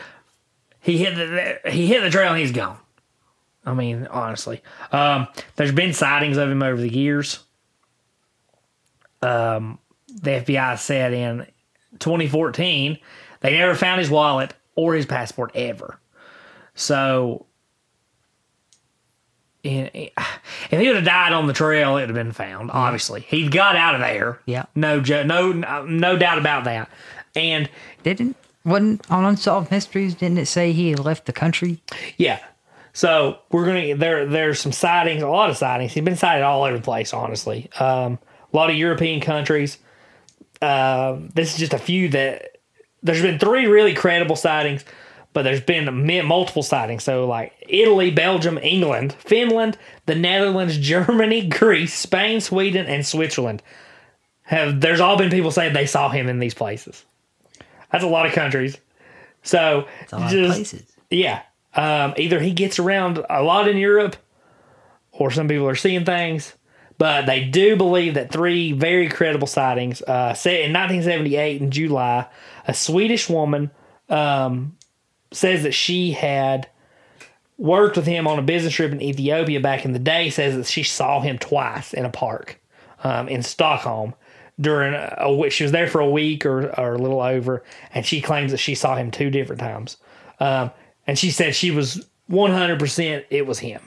Speaker 2: he hit the he hit the trail and he's gone. I mean, honestly, um, there's been sightings of him over the years. Um, the FBI said in 2014 they never found his wallet or his passport ever. So, in, if he would have died on the trail, it would have been found. Obviously, he got out of there.
Speaker 1: Yeah.
Speaker 2: no, jo- no, no doubt about that. And
Speaker 1: Didn't wasn't on unsolved mysteries? Didn't it say he had left the country?
Speaker 2: Yeah. So we're gonna there there's some sightings, a lot of sightings. He's been sighted all over the place, honestly. Um, a lot of European countries. Um, this is just a few that there's been three really credible sightings, but there's been mi- multiple sightings. So like Italy, Belgium, England, Finland, the Netherlands, (laughs) Germany, Greece, Spain, Sweden, and Switzerland have. There's all been people saying they saw him in these places. That's a lot of countries. So
Speaker 1: It's a lot of
Speaker 2: just-
Speaker 1: places.
Speaker 2: yeah. Um, either he gets around a lot in Europe or some people are seeing things. But they do believe that three very credible sightings. Uh, say in 1978 in July, a Swedish woman um, says that she had worked with him on a business trip in Ethiopia back in the day. Says that she saw him twice in a park um, in Stockholm during a, a we- she was there for a week or, or a little over, and she claims that she saw him two different times. Um, and she said she was 100 percent it was him.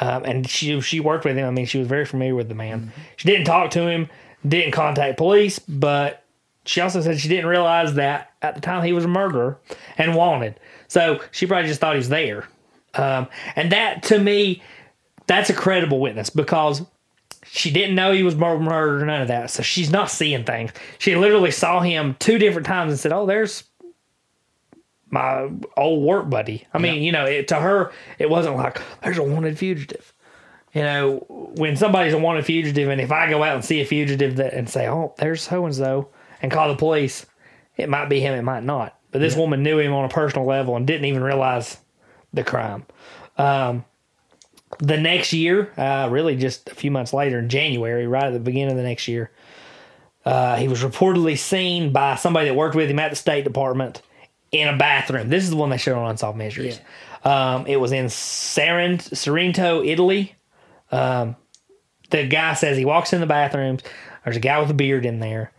Speaker 2: Um, and she she worked with him. I mean, she was very familiar with the man. She didn't talk to him, didn't contact police, but she also said she didn't realize that at the time he was a murderer and wanted. So she probably just thought he was there. Um, and that to me, that's a credible witness because she didn't know he was mur- murdered or none of that. So she's not seeing things. She literally saw him two different times and said, "Oh, there's my old work buddy." I mean, you know, it, to her, it wasn't like there's a wanted fugitive. You know, when somebody's a wanted fugitive, and if I go out and see a fugitive that and say, "Oh, there's so and so," and call the police, it might be him, it might not. But this woman knew him on a personal level and didn't even realize the crime Um, the next year, uh, really just a few months later in January, right at the beginning of the next year, uh, he was reportedly seen by somebody that worked with him at the State Department in a bathroom. This is the one they showed on Unsolved Mysteries. Um, it was in Sarin, Sorrento, Italy. Um, the guy says he walks in the bathrooms. There's a guy with a beard in there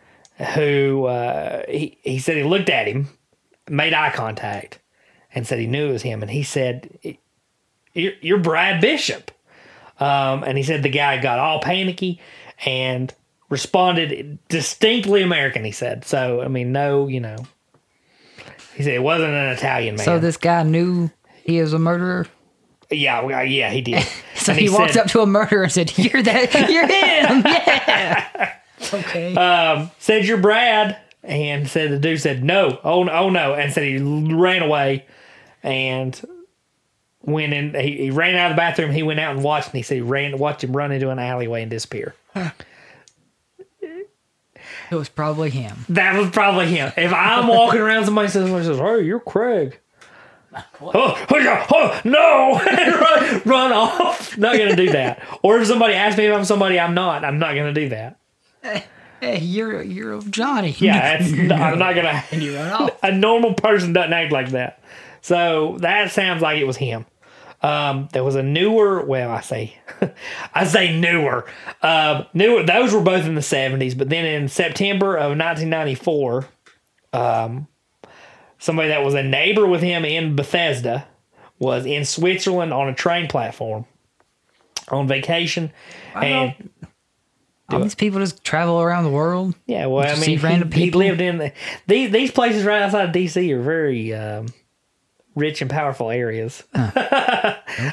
Speaker 2: who uh, he, he said he looked at him, made eye contact, and said he knew it was him. And he said, you're, you're Brad Bishop. Um, and he said the guy got all panicky and responded distinctly American, he said. So, I mean, no, you know. He said it wasn't an Italian man.
Speaker 1: So this guy knew he was a murderer.
Speaker 2: yeah, we- uh, yeah,
Speaker 1: (laughs)
Speaker 2: he did.
Speaker 1: So
Speaker 2: And
Speaker 1: he, walked
Speaker 2: said-
Speaker 1: up to a murderer and said, "You're that. You're him. (laughs) Yeah. okay.
Speaker 2: said you're Brad, and said the dude said no, oh no, oh no, and said he l- ran away, and went in. He, he ran out of the bathroom. He went out and watched, and he said he ran watched him run into an alleyway and disappear.
Speaker 1: it was probably him.
Speaker 2: That was probably him. If I'm walking around, somebody says, somebody says "Hey, you're Craig." Oh, oh, yeah, oh, no! (laughs) run, run off. Not gonna do that. Or if somebody asks me if I'm somebody I'm not, I'm not gonna do that.
Speaker 1: Hey, you're you're Johnny. (laughs)
Speaker 2: Yeah, that's, I'm not gonna.
Speaker 1: and you run
Speaker 2: (laughs)
Speaker 1: off.
Speaker 2: a normal person doesn't act like that. So that sounds like it was him. Um, there was a newer, well, I say, (laughs) I say newer, Um newer. Those were both in the seventies, but then in September of nineteen ninety four, um, somebody that was a neighbor with him in Bethesda was in Switzerland on a train platform on vacation, and
Speaker 1: All these people just travel around the world.
Speaker 2: yeah, well, I
Speaker 1: Just
Speaker 2: mean,
Speaker 1: see
Speaker 2: he,
Speaker 1: random
Speaker 2: he
Speaker 1: people.
Speaker 2: lived in the, these these places right outside of DC are very um, rich and powerful areas. (laughs)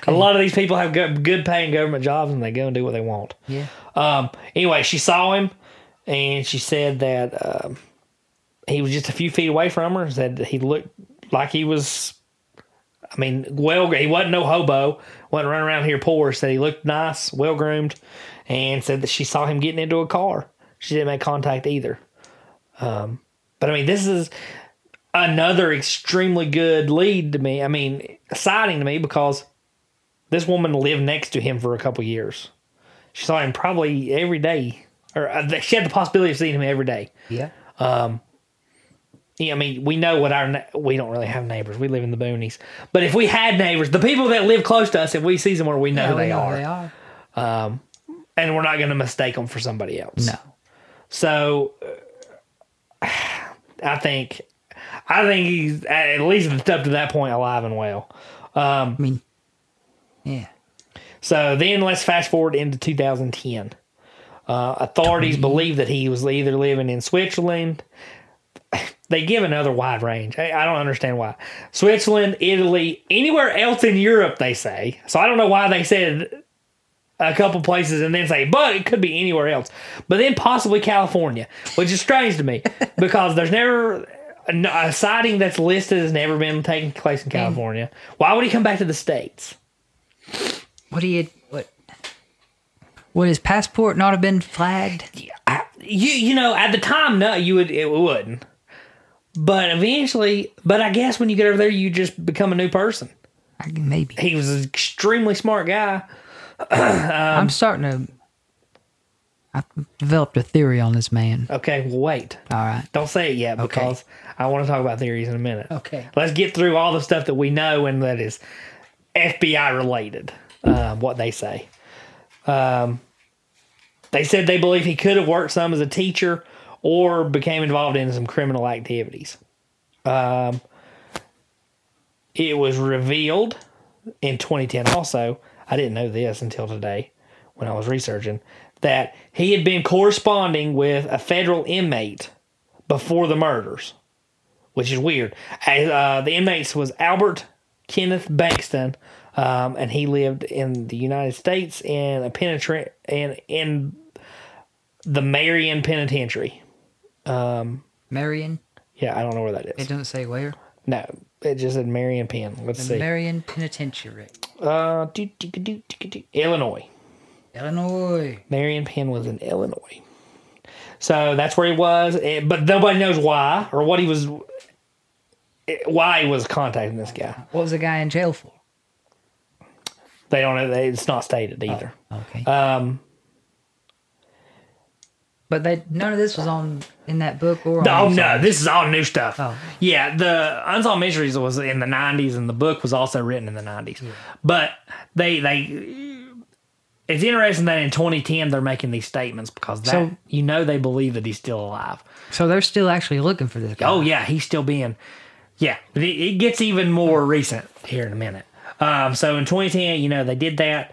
Speaker 2: A lot of these people have good, good paying government jobs, and they go and do what they want.
Speaker 1: Yeah.
Speaker 2: Um, anyway, she saw him, and she said that um, he was just a few feet away from her. Said that he looked like he was, I mean, well, he wasn't no hobo, wasn't running around here poor. Said he looked nice, well groomed, and said that she saw him getting into a car. She didn't make contact either. Um, but I mean, this is another extremely good lead to me. I mean, exciting to me because this woman lived next to him for a couple years she saw him probably every day, or uh, she had the possibility of seeing him every day.
Speaker 1: Yeah.
Speaker 2: Yeah, I mean, we know what our ne- we don't really have neighbors. We live in the boonies, but if we had neighbors, the people that live close to us, if we see them where we know
Speaker 1: Yeah,
Speaker 2: who
Speaker 1: we
Speaker 2: they
Speaker 1: know
Speaker 2: are,
Speaker 1: who They are.
Speaker 2: and we're not going to mistake them for somebody else.
Speaker 1: No.
Speaker 2: So uh, (sighs) I think I think he's at least up to that point alive and well.
Speaker 1: I mean, yeah.
Speaker 2: So then let's fast forward into 2010. Uh, authorities believe that he was either living in Switzerland. They give another wide range. I, I don't understand why. Switzerland, Italy, anywhere else in Europe, they say. So I don't know why they said a couple places and then say, but it could be anywhere else. But then possibly California, which is strange to me because there's never a, a sighting that's listed has never been taking place in California. Why would he come back to the States?
Speaker 1: What he had, what? Would his passport not have been flagged?
Speaker 2: I, you you know at the time no you would it wouldn't but eventually but i guess when you get over there you just become a new person
Speaker 1: I, maybe.
Speaker 2: he was an extremely smart guy Um,
Speaker 1: I'm starting to. I've developed a theory on this man.
Speaker 2: okay well, wait
Speaker 1: All right.
Speaker 2: don't say it yet because i want to talk about theories in a minute
Speaker 1: Okay.
Speaker 2: let's get through all the stuff that we know and that is fbi related um, what they say um, they said they believe he could have worked some as a teacher or became involved in some criminal activities Um, It was revealed in 2010. Also, I didn't know this until today when I was researching that he had been corresponding with a federal inmate before the murders, which is weird. As, uh, the inmates was Albert Kenneth Bankston, um, and he lived in the United States in a penitentiary in in the Marion Penitentiary.
Speaker 1: Marion.
Speaker 2: Yeah, I don't know where that
Speaker 1: It
Speaker 2: is.
Speaker 1: doesn't say where.
Speaker 2: No, it just said Marion Penn. Let's see.
Speaker 1: Marion Penitentiary,
Speaker 2: Uh, do, do, do, do, do, Illinois.
Speaker 1: Illinois.
Speaker 2: Marion Penn was in Illinois. So that's where he was, eh, but nobody knows why or what he was, eh, why he was contacting this guy.
Speaker 1: What was the guy in jail for?
Speaker 2: They don't know. they- It's not stated either.
Speaker 1: Okay.
Speaker 2: Um,
Speaker 1: but they none of this was on in that book or.
Speaker 2: oh
Speaker 1: on
Speaker 2: no, this is all new stuff.
Speaker 1: Oh.
Speaker 2: Yeah, the Unsolved Mysteries was in the '90s, and the book was also written in the '90s. But they they. It's interesting that in 2010 they're making these statements because that
Speaker 1: So-
Speaker 2: you know they believe that he's still alive.
Speaker 1: So they're still actually looking for this guy.
Speaker 2: Oh yeah, he's still being. Yeah, it, it gets even more recent here in a minute. Um, so in 2010, you know they did that.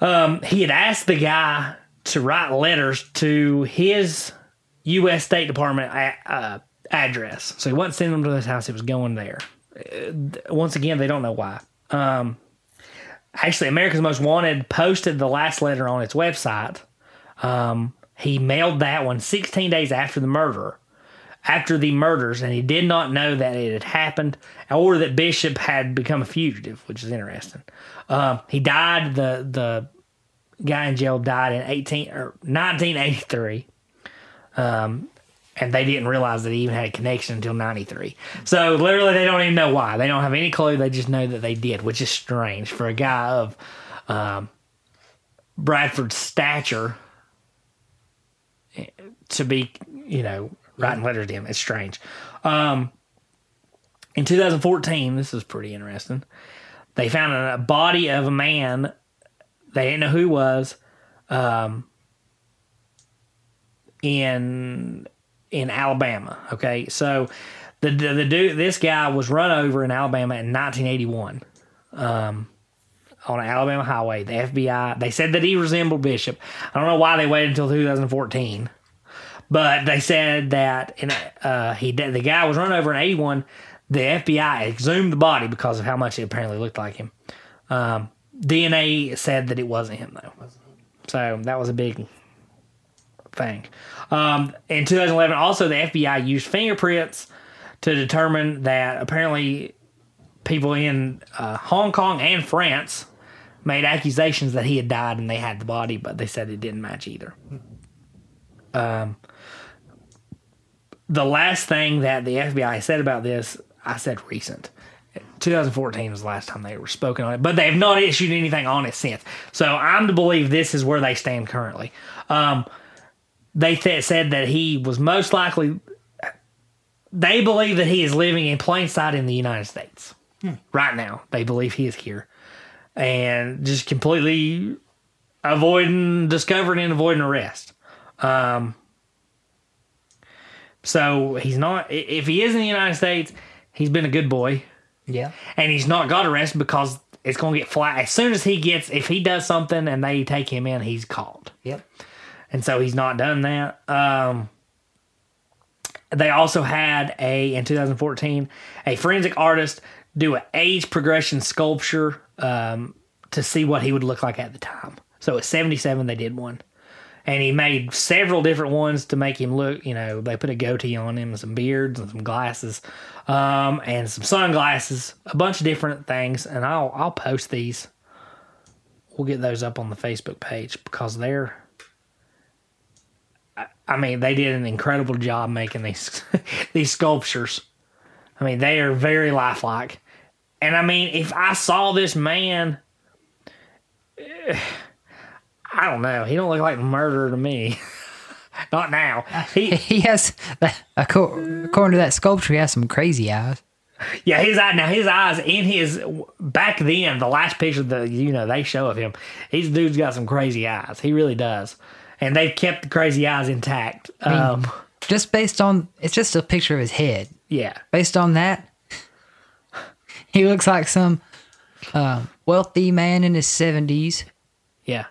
Speaker 2: Um, he had asked the guy to write letters to his U.S. State Department a- uh, address, so he wasn't sending them to his house. He was going there. Uh, Once again, they don't know why. Um, actually, America's Most Wanted posted the last letter on its website. Um, he mailed that one 16 days after the murder after the murders, and he did not know that it had happened or that Bishop had become a fugitive, which is interesting. Um, he died. The the guy in jail died in eighteen or nineteen eighty three. Um, and they didn't realize that he even had a connection until ninety three. So literally, they don't even know why. They don't have any clue. They just know that they did, which is strange for a guy of um, Bradford's stature to be, you know, writing letters to him. It's strange. Um, in 2014, this is pretty interesting. They found a body of a man. They didn't know who he was. Um, in in Alabama. Okay, so the the, the dude, this guy was run over in Alabama in 1981 on an Alabama highway. The FBI they said that he resembled Bishop. I don't know why they waited until 2014, but they said that and uh, he did- the guy was run over in 81. The FBI exhumed the body because of how much it apparently looked like him. Um, DNA said that it wasn't him though, so that was a big thing. Um, in 2011, also the FBI used fingerprints to determine that apparently people in uh, Hong Kong and France made accusations that he had died and they had the body, but they said it didn't match either. Um, the last thing that the FBI said about this, I said recent. 2014 was the last time they were spoken on it, but they have not issued anything on it since. So I'm to believe this is where they stand currently. Um, they th- said that he was most likely they believe that he is living in plain sight in the United States right now. They believe he is here and just completely avoiding, discovering, and avoiding arrest. Um, so he's not, i- if he is in the United States, he's been a good boy
Speaker 1: Yeah.
Speaker 2: and he's not got arrested because it's going to get flat. As soon as he gets, if he does something and they take him in, he's caught
Speaker 1: Yep.
Speaker 2: and so he's not done that. Um, they also had a in 2014 a forensic artist do an age progression sculpture um, to see what he would look like at the time. So at 77, they did one, and he made several different ones to make him look. You know, they put a goatee on him, and some beards, and some glasses, um, and some sunglasses, a bunch of different things. And I'll I'll post these. We'll get those up on the Facebook page because they're I mean, they did an incredible job making these (laughs) these sculptures. I mean, they are very lifelike. And I mean, if I saw this man, (sighs) eh, I don't know. He don't look like a murderer to me. (laughs) Not now.
Speaker 1: (laughs)
Speaker 2: He,
Speaker 1: He has, according according to that sculpture, he has some crazy eyes.
Speaker 2: yeah, his eye now. His eyes in his back then. The last picture that you know they show of him, his dude's got some crazy eyes. He really does. And they've kept the crazy eyes intact. Um,
Speaker 1: Just based on, it's just a picture of his head.
Speaker 2: yeah.
Speaker 1: Based on that, (laughs) he looks like some uh, wealthy man in his 70s
Speaker 2: Yeah.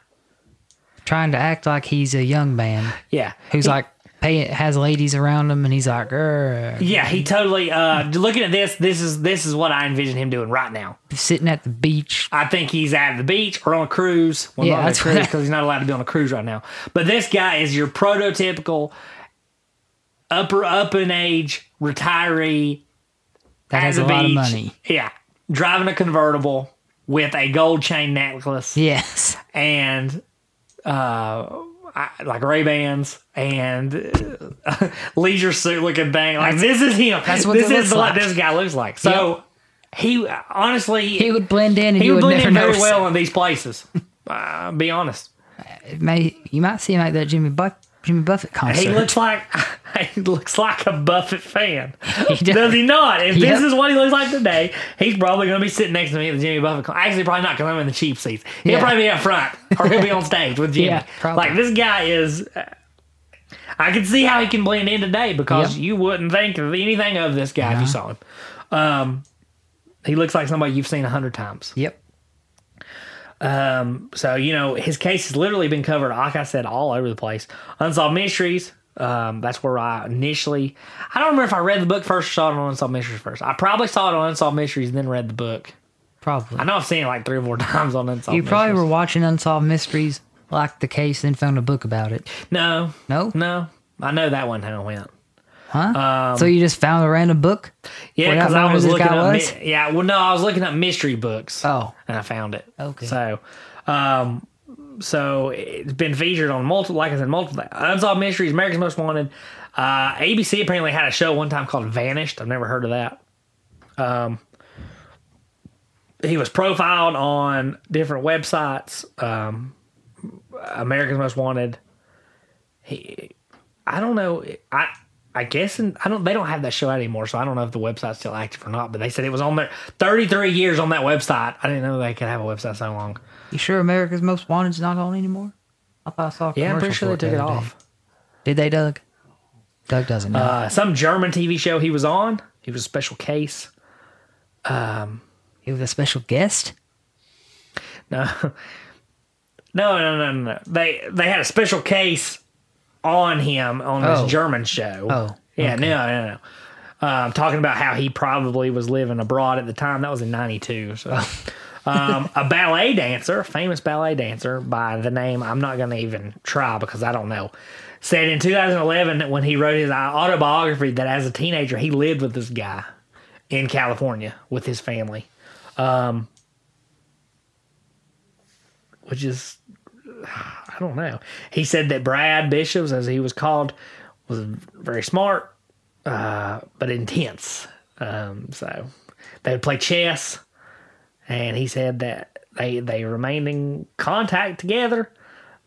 Speaker 1: trying to act like he's a young man
Speaker 2: Yeah.
Speaker 1: who's like, pay, has ladies around him and he's like, "Grr,"
Speaker 2: Yeah, he totally. Uh, looking at this, this is this is what I envision him doing right now.
Speaker 1: sitting at the beach.
Speaker 2: I think he's at the beach or on a cruise. Well,
Speaker 1: Yeah,
Speaker 2: not on a
Speaker 1: that's
Speaker 2: cruise
Speaker 1: what I-
Speaker 2: because he's not allowed to be on a cruise right now. But this guy is your prototypical upper up in age retiree
Speaker 1: That
Speaker 2: at
Speaker 1: has
Speaker 2: the
Speaker 1: a lot of
Speaker 2: beach.
Speaker 1: money. (laughs)
Speaker 2: Yeah, driving a convertible with a gold chain necklace
Speaker 1: Yes.
Speaker 2: and uh, I, like Ray Bans and uh, (laughs) leisure suit looking thing. Like this is him.
Speaker 1: that's what
Speaker 2: this
Speaker 1: it
Speaker 2: is
Speaker 1: looks
Speaker 2: the-
Speaker 1: like.
Speaker 2: this guy looks like. So he honestly
Speaker 1: He would blend in and
Speaker 2: he
Speaker 1: you
Speaker 2: would
Speaker 1: would
Speaker 2: blend
Speaker 1: never
Speaker 2: in very
Speaker 1: notice it.
Speaker 2: well in these places. (laughs) uh, be honest.
Speaker 1: It may you might see him at that Jimmy Buff Jimmy Buffett concert.
Speaker 2: He looks like (laughs) he looks like a Buffett fan.
Speaker 1: (laughs) He
Speaker 2: does.
Speaker 1: does.
Speaker 2: he not? If
Speaker 1: Yep.
Speaker 2: this is what he looks like today, he's probably going to be sitting next to me at the Jimmy Buffett. Con- Actually, probably not because I'm in the cheap seats. He'll
Speaker 1: Yeah.
Speaker 2: probably be up front or he'll
Speaker 1: (laughs)
Speaker 2: be on stage with Jimmy.
Speaker 1: Yeah, probably.
Speaker 2: Like this guy is. uh, I can see how he can blend in today because
Speaker 1: Yep.
Speaker 2: you wouldn't think of anything of this guy if you saw him. Um, he looks like somebody you've seen a hundred times.
Speaker 1: yep.
Speaker 2: Um, so you know his case has literally been covered, like I said, all over the place. Unsolved mysteries. Um, that's where I initially. I don't remember if I read the book first or saw it on Unsolved Mysteries first. I probably saw it on Unsolved Mysteries and then read the book.
Speaker 1: Probably.
Speaker 2: I know I've seen it like three or four (laughs) times on Unsolved.
Speaker 1: You probably
Speaker 2: Mysteries.
Speaker 1: were watching Unsolved Mysteries, liked the case, then found a book about it.
Speaker 2: no,
Speaker 1: No?
Speaker 2: no. um, I know that one how it went.
Speaker 1: Huh? so you just found a random book?
Speaker 2: Yeah,
Speaker 1: Without
Speaker 2: because I
Speaker 1: knowing
Speaker 2: was
Speaker 1: who this
Speaker 2: looking
Speaker 1: guy
Speaker 2: up.
Speaker 1: was?
Speaker 2: mi- yeah, well, no, I was looking up mystery books.
Speaker 1: Oh.
Speaker 2: and I found it.
Speaker 1: Okay.
Speaker 2: So, um, so it's been featured on multiple, like I said, multiple unsolved mysteries, America's Most Wanted. Uh, ABC apparently had a show one time called Vanished. I've never heard of that. Um, he was profiled on different websites. Um, America's Most Wanted. He, I don't know. I. I guess and I don't. They don't have that show out anymore, so I don't know if the website's still active or not. But they said it was on there 33 years on that website. I didn't know they could have a website so long.
Speaker 1: You sure America's Most Wanted's not on anymore? I thought I saw a
Speaker 2: Yeah,
Speaker 1: commercial
Speaker 2: I'm pretty sure
Speaker 1: for
Speaker 2: they took it
Speaker 1: the other day.
Speaker 2: off.
Speaker 1: Did they, Doug? Doug doesn't know.
Speaker 2: Uh, some German TV show he was on. He was a special case.
Speaker 1: he was a special guest?
Speaker 2: No, (laughs) no, no, no, no. no. They they had a special case on him on
Speaker 1: Oh.
Speaker 2: this German show.
Speaker 1: Oh,
Speaker 2: yeah, no, no, no. Um, talking about how he probably was living abroad at the time. That was in '92. So, um, a ballet dancer, a famous ballet dancer by the name I'm not going to even try because I don't know, said in 2011 that when he wrote his autobiography that as a teenager he lived with this guy in California with his family, um, which is I don't know. He said that Brad Bishops, as he was called, was very smart uh, but intense. Um, so they would play chess, and he said that they they remained in contact together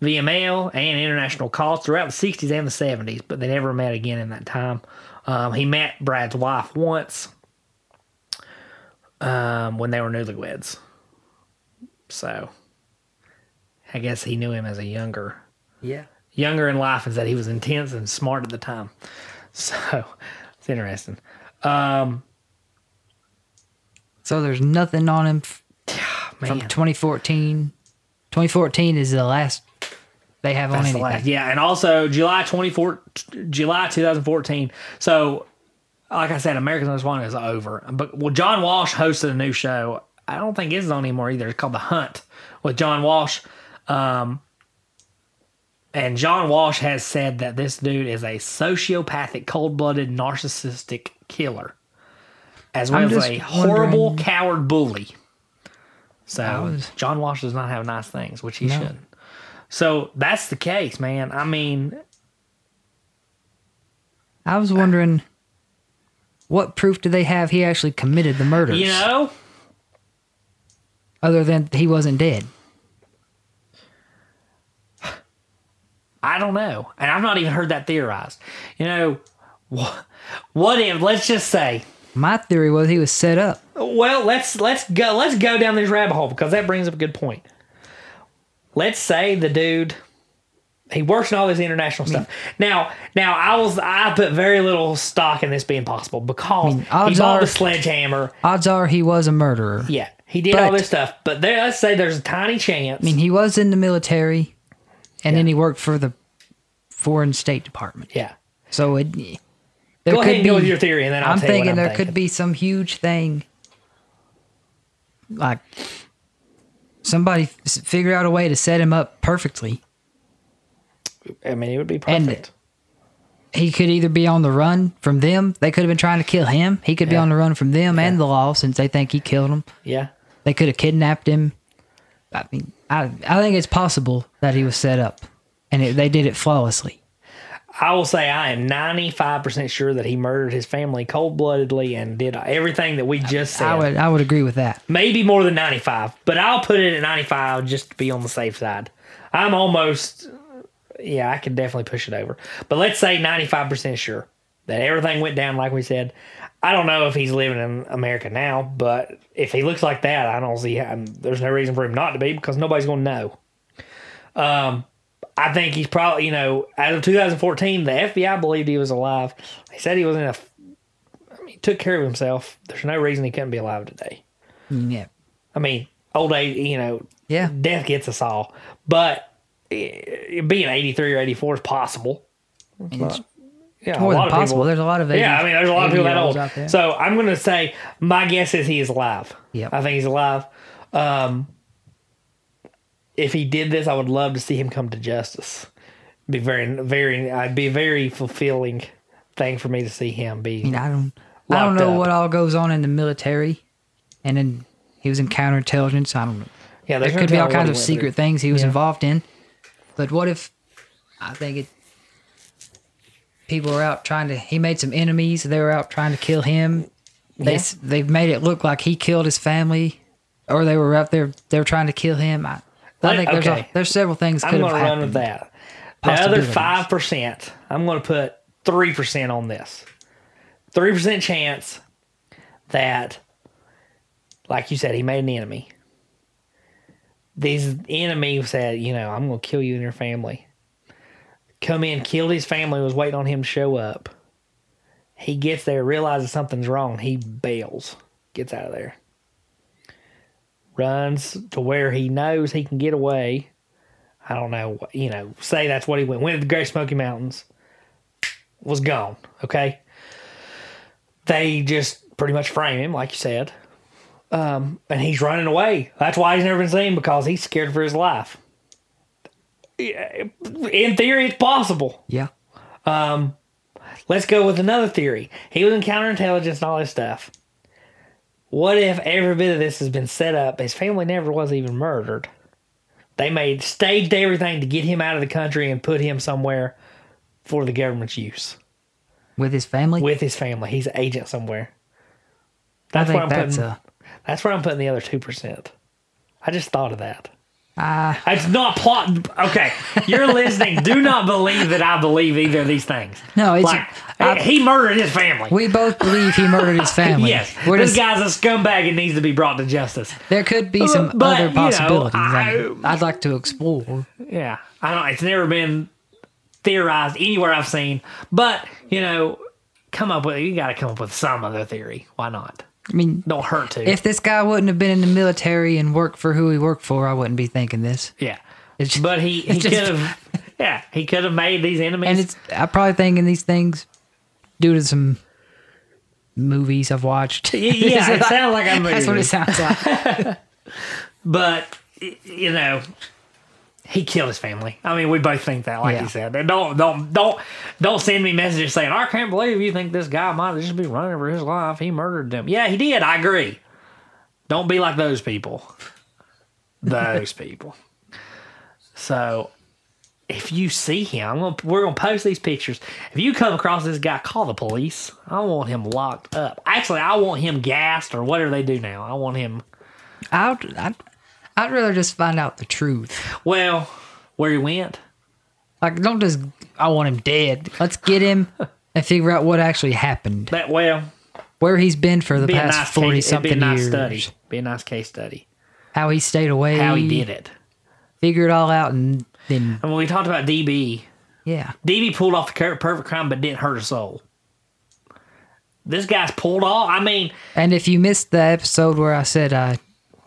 Speaker 2: via mail and international calls throughout the 60s and the 70s, but they never met again in that time. Um, he met Brad's wife once um, when they were newlyweds. So I guess he knew him as a younger
Speaker 1: Yeah.
Speaker 2: younger in life is that he was intense and smart at the time. (laughs) So it's interesting. Um,
Speaker 1: So there's nothing on him f- from
Speaker 2: man,
Speaker 1: 2014. 2014 is the last they have on
Speaker 2: that's the
Speaker 1: anything.
Speaker 2: last. Yeah, and also July 24, July 2014. So, like I said, American Most Wanted is over. But well, John Walsh hosted a new show. I don't think it's on anymore either. It's called The Hunt with John Walsh. Um, and John Walsh has said that this dude is a sociopathic, cold-blooded, narcissistic killer, as well
Speaker 1: I'm
Speaker 2: as
Speaker 1: just
Speaker 2: a horrible
Speaker 1: wondering-
Speaker 2: coward bully.
Speaker 1: I
Speaker 2: So
Speaker 1: was-
Speaker 2: John Walsh does not have nice things, which he
Speaker 1: No.
Speaker 2: should. So that's the case, man. I mean,
Speaker 1: I was wondering what proof do they have he actually committed the murders
Speaker 2: you know,
Speaker 1: other than he wasn't dead.
Speaker 2: I don't know, and I've not even heard that theorized. You know, wh- what if? Let's just say
Speaker 1: My theory was he was set up.
Speaker 2: Well, let's let's go let's go down this rabbit hole because that brings up a good point. Let's say the dude he works in all this international stuff. Now, now I was I put very little stock in this being possible because he
Speaker 1: odds
Speaker 2: bought
Speaker 1: are-
Speaker 2: the sledgehammer.
Speaker 1: Odds are he was a murderer.
Speaker 2: Yeah, he did all
Speaker 1: But-
Speaker 2: this stuff, but there, let's say there's a tiny chance.
Speaker 1: I mean, he was in the military, and then he worked for the foreign state department.
Speaker 2: yeah,
Speaker 1: So it there
Speaker 2: go
Speaker 1: could
Speaker 2: ahead and
Speaker 1: be.
Speaker 2: go with your theory, and then I'll
Speaker 1: I'm
Speaker 2: tell you what
Speaker 1: thinking
Speaker 2: I'm
Speaker 1: there
Speaker 2: thinking.
Speaker 1: could be some huge thing, like somebody f- s- figure out a way to set him up perfectly.
Speaker 2: I mean, it would be
Speaker 1: And-
Speaker 2: perfect.
Speaker 1: He could either be on the run from them. They could have been trying to kill him. He could be
Speaker 2: Yeah.
Speaker 1: on the run from them and the law since they think he killed him.
Speaker 2: yeah,
Speaker 1: They could have kidnapped him. I mean, I I think it's possible that he was set up, and it, they did it flawlessly.
Speaker 2: I will say I am 95% sure that he murdered his family cold bloodedly and did everything that we just said.
Speaker 1: I would I would agree with that.
Speaker 2: maybe more than 95 but i'll put it at 95 just to be on the safe side i'm almost yeah i could definitely push it over but let's say 95% sure that everything went down like we said i don't know if he's living in america now but if he looks like that i don't see how there's no reason for him not to be because nobody's going to know um I think he's probably, you know, as of 2014, the FBI believed he was alive. They said he was in a, I mean, took care of himself. There's no reason he couldn't be alive today.
Speaker 1: Mm, Yeah.
Speaker 2: I mean, old age, you know,
Speaker 1: Yeah.
Speaker 2: death gets us all. But eh, being 83 or 84 is possible.
Speaker 1: And it's
Speaker 2: Yeah,
Speaker 1: more
Speaker 2: a lot
Speaker 1: than
Speaker 2: of
Speaker 1: possible.
Speaker 2: people.
Speaker 1: there's a lot of 80,
Speaker 2: yeah, I mean, there's a lot of people that
Speaker 1: 80-year-olds
Speaker 2: old.
Speaker 1: out there.
Speaker 2: So I'm going to say my guess is he is alive.
Speaker 1: Yep.
Speaker 2: I think he's alive. Um, if he did this, I would love to see him come to justice. Be very, very. I'd be a very fulfilling thing for me to see him be.
Speaker 1: I mean, I don't, I don't
Speaker 2: Locked
Speaker 1: know
Speaker 2: up.
Speaker 1: what all goes on in the military, and then he was in counterintelligence. I don't know.
Speaker 2: yeah,
Speaker 1: There
Speaker 2: there's no
Speaker 1: could be all kinds
Speaker 2: telling what he
Speaker 1: of
Speaker 2: went
Speaker 1: secret
Speaker 2: through.
Speaker 1: things he was
Speaker 2: Yeah.
Speaker 1: involved in. But what if? I think it. People are out trying to. He made some enemies. They were out trying to kill him. They
Speaker 2: Yeah.
Speaker 1: s they've made it look like he killed his family, or they were out there. They were trying to kill him. I, I
Speaker 2: Let-
Speaker 1: think there's
Speaker 2: okay.
Speaker 1: a, there's several things
Speaker 2: I'm
Speaker 1: could
Speaker 2: going
Speaker 1: have
Speaker 2: to run with
Speaker 1: happened.
Speaker 2: that. The other
Speaker 1: Possibilities.
Speaker 2: five percent, I'm going to put three percent on this. Three percent chance that, like you said, he made an enemy. These enemy said, you know, I'm going to kill you and your family. Come in, killed his family. Was waiting on him to show up. He gets there, realizes something's wrong. He bails, gets out of there, runs to where he knows he can get away. I don't know, you know, say that's what he went. Went to the Great Smoky Mountains, was gone. Okay. They just pretty much frame him, like you said. Um, and he's running away. That's why he's never been seen because he's scared for his life. Yeah, In theory, it's possible.
Speaker 1: Yeah.
Speaker 2: Let's go with another theory. He was in counterintelligence and all this stuff. What if every bit of this has been set up? His family never was even murdered. They made staged everything to get him out of the country and put him somewhere for the government's use
Speaker 1: With his family.
Speaker 2: with his family. He's an agent somewhere.
Speaker 1: I
Speaker 2: That's where
Speaker 1: think
Speaker 2: I'm
Speaker 1: that's
Speaker 2: putting.
Speaker 1: a.
Speaker 2: that's where I'm putting the other two percent. I just thought of that.
Speaker 1: Ah.
Speaker 2: it's not plot. Okay, you're listening. Do not believe that I believe either of these things.
Speaker 1: No, it's-
Speaker 2: like
Speaker 1: I-
Speaker 2: he murdered his family.
Speaker 1: We both believe he murdered
Speaker 2: (laughs)
Speaker 1: his family.
Speaker 2: yes,
Speaker 1: We're
Speaker 2: this
Speaker 1: just-
Speaker 2: guy's a scumbag and needs to be brought to justice.
Speaker 1: there could be some
Speaker 2: Uh, But, you
Speaker 1: other
Speaker 2: know,
Speaker 1: possibilities.
Speaker 2: I-
Speaker 1: I, would like to explore.
Speaker 2: Yeah, I don't. It's never been theorized anywhere I've seen. But you know, come up with you got to come up with some other theory. Why not?
Speaker 1: I mean,
Speaker 2: Don't hurt to.
Speaker 1: if this guy wouldn't have been in the military and worked for who he worked for, I wouldn't be thinking this.
Speaker 2: yeah,
Speaker 1: It's just,
Speaker 2: but he he
Speaker 1: It's just-
Speaker 2: could have. Yeah, he could have made these enemies.
Speaker 1: and it's I'm probably thinking these things due to some movies I've watched.
Speaker 2: yeah, (laughs) it sounds like a
Speaker 1: (laughs)
Speaker 2: movie.
Speaker 1: That's what it sounds like.
Speaker 2: but y- you know he killed his family i mean we both think that like
Speaker 1: Yeah.
Speaker 2: you said And don't don't don't don't send me messages saying i can't believe you think this guy might just be running for his life he murdered them yeah he did i agree don't be like those people those (laughs) people so if you see him I'm gonna, we're gonna post these pictures if you come across this guy call the police i want him locked up actually i want him gassed or whatever they do now i want him
Speaker 1: I'd, I'd I'd rather just find out the truth.
Speaker 2: Well, where he went.
Speaker 1: Like, don't just I want him dead. Let's get him and figure out what actually happened,
Speaker 2: That well,
Speaker 1: where he's been for the
Speaker 2: be a
Speaker 1: past
Speaker 2: nice
Speaker 1: forty
Speaker 2: case, it'd
Speaker 1: something
Speaker 2: be a nice
Speaker 1: years,
Speaker 2: study. Be a nice case study.
Speaker 1: how he stayed away,
Speaker 2: How he did it.
Speaker 1: figure it all out, and then
Speaker 2: And when we talked about DB,
Speaker 1: yeah,
Speaker 2: DB pulled off the cur- perfect crime, but didn't hurt a soul. This guy's pulled off. I mean,
Speaker 1: And if you missed the episode where I said uh, I,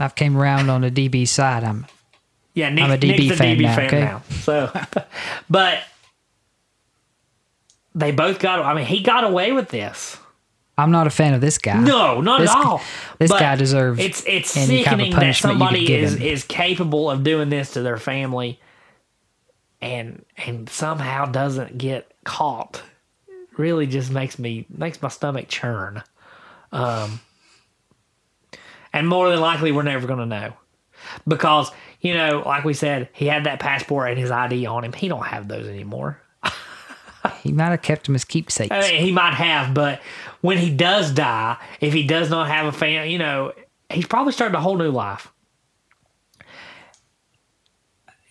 Speaker 1: I've came around on the DB side, I'm
Speaker 2: yeah, Nick,
Speaker 1: I'm a DB
Speaker 2: Nick's a
Speaker 1: fan
Speaker 2: DB
Speaker 1: now,
Speaker 2: fan
Speaker 1: okay?
Speaker 2: now. So, (laughs) but they both got. I mean, he got away with this.
Speaker 1: I'm not a fan of this guy.
Speaker 2: No, not
Speaker 1: This-
Speaker 2: at all.
Speaker 1: this
Speaker 2: But
Speaker 1: guy deserves
Speaker 2: It's it's
Speaker 1: any
Speaker 2: sickening
Speaker 1: kind of
Speaker 2: that
Speaker 1: punishment you could
Speaker 2: somebody
Speaker 1: give
Speaker 2: is
Speaker 1: him.
Speaker 2: is capable of doing this to their family, and and somehow doesn't get caught. Really, just makes me makes my stomach churn. Um, and more than likely, we're never going to know because you know, like we said, he had that passport and his ID on him. He don't have those anymore.
Speaker 1: He might have kept him as keepsakes.
Speaker 2: I mean, he might have, but when he does die, if he does not have a family, you know, he's probably starting a whole new life.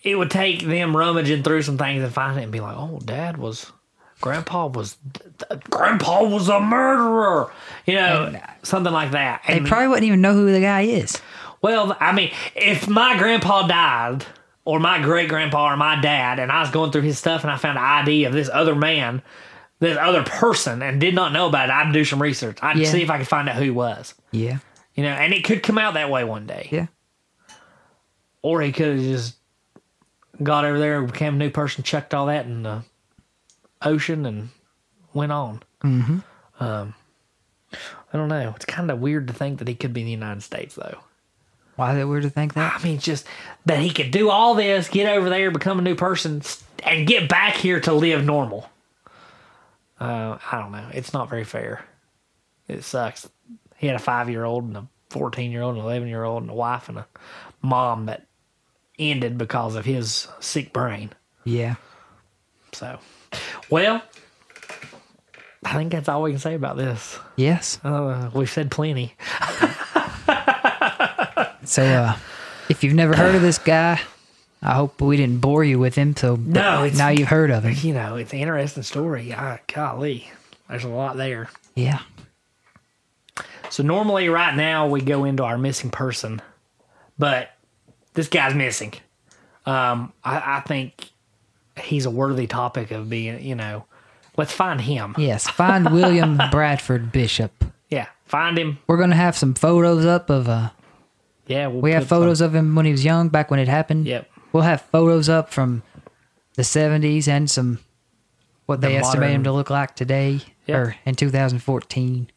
Speaker 2: It would take them rummaging through some things and finding it and be like, oh, dad was, grandpa was, grandpa was a murderer, you know, something like that.
Speaker 1: they
Speaker 2: And-
Speaker 1: probably wouldn't even know who the guy is.
Speaker 2: well, I mean, if my grandpa died, or my great grandpa, or my dad, and I was going through his stuff and I found an ID of this other man, this other person, and did not know about it, I'd do some research. I'd
Speaker 1: Yeah.
Speaker 2: see if I could find out who he was.
Speaker 1: Yeah,
Speaker 2: You know, and it could come out that way one day.
Speaker 1: yeah.
Speaker 2: Or he could have just got over there, became a new person, chucked all that in the ocean, and went on. Mm-hmm. Um, I don't know. It's kind of weird to think that he could be in the United States, though.
Speaker 1: Why is it weird to think that?
Speaker 2: I mean, just that he could do all this, get over there, become a new person, s- and get back here to live normal. Uh, I don't know. It's not very fair. It sucks. He had a five year old and a 14 year old and an 11 year old and a wife and a mom that ended because of his sick brain.
Speaker 1: Yeah.
Speaker 2: So, well, I think that's all we can say about this.
Speaker 1: Yes.
Speaker 2: Uh, we've said plenty.
Speaker 1: So uh, if you've never heard of this guy, I hope we didn't bore you with him. So
Speaker 2: No, it's-
Speaker 1: now you've heard of him.
Speaker 2: You know, it's an interesting story. I, golly, there's a lot there.
Speaker 1: Yeah.
Speaker 2: So normally, right now, we go into our missing person, but this guy's missing. Um, I, I think he's a worthy topic of being. You know, let's find him. Yeah,
Speaker 1: Yes.
Speaker 2: (laughs)
Speaker 1: Find William Bradford Bishop.
Speaker 2: find him.
Speaker 1: We're gonna have some photos up of uh,
Speaker 2: Yeah, we'll
Speaker 1: We have
Speaker 2: put some-
Speaker 1: photos of him when he was young, back when it happened.
Speaker 2: Yep.
Speaker 1: We'll have photos up from the 70s and some what they estimate him
Speaker 2: modern-
Speaker 1: to look like today
Speaker 2: Yeah.
Speaker 1: or in 2014.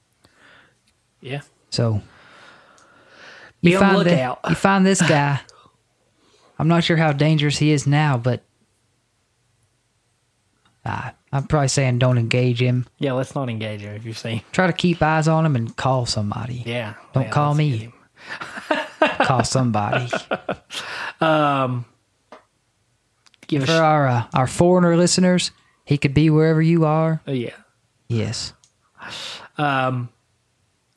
Speaker 2: Yeah,
Speaker 1: So
Speaker 2: Be
Speaker 1: you
Speaker 2: on the
Speaker 1: find that-
Speaker 2: lookout.
Speaker 1: you find this guy. I'm not sure how dangerous he is now, but uh, I'm probably saying don't engage him.
Speaker 2: yeah. Let's not engage him if you see.
Speaker 1: Try to keep eyes on him and call somebody.
Speaker 2: Yeah,
Speaker 1: Don't
Speaker 2: yeah,
Speaker 1: call
Speaker 2: let's
Speaker 1: me.
Speaker 2: get him.
Speaker 1: (laughs) Call
Speaker 2: (laughs)
Speaker 1: somebody.
Speaker 2: Give a
Speaker 1: For
Speaker 2: sh-
Speaker 1: our uh, our foreigner listeners, he could be wherever you are.
Speaker 2: yeah.
Speaker 1: Yes.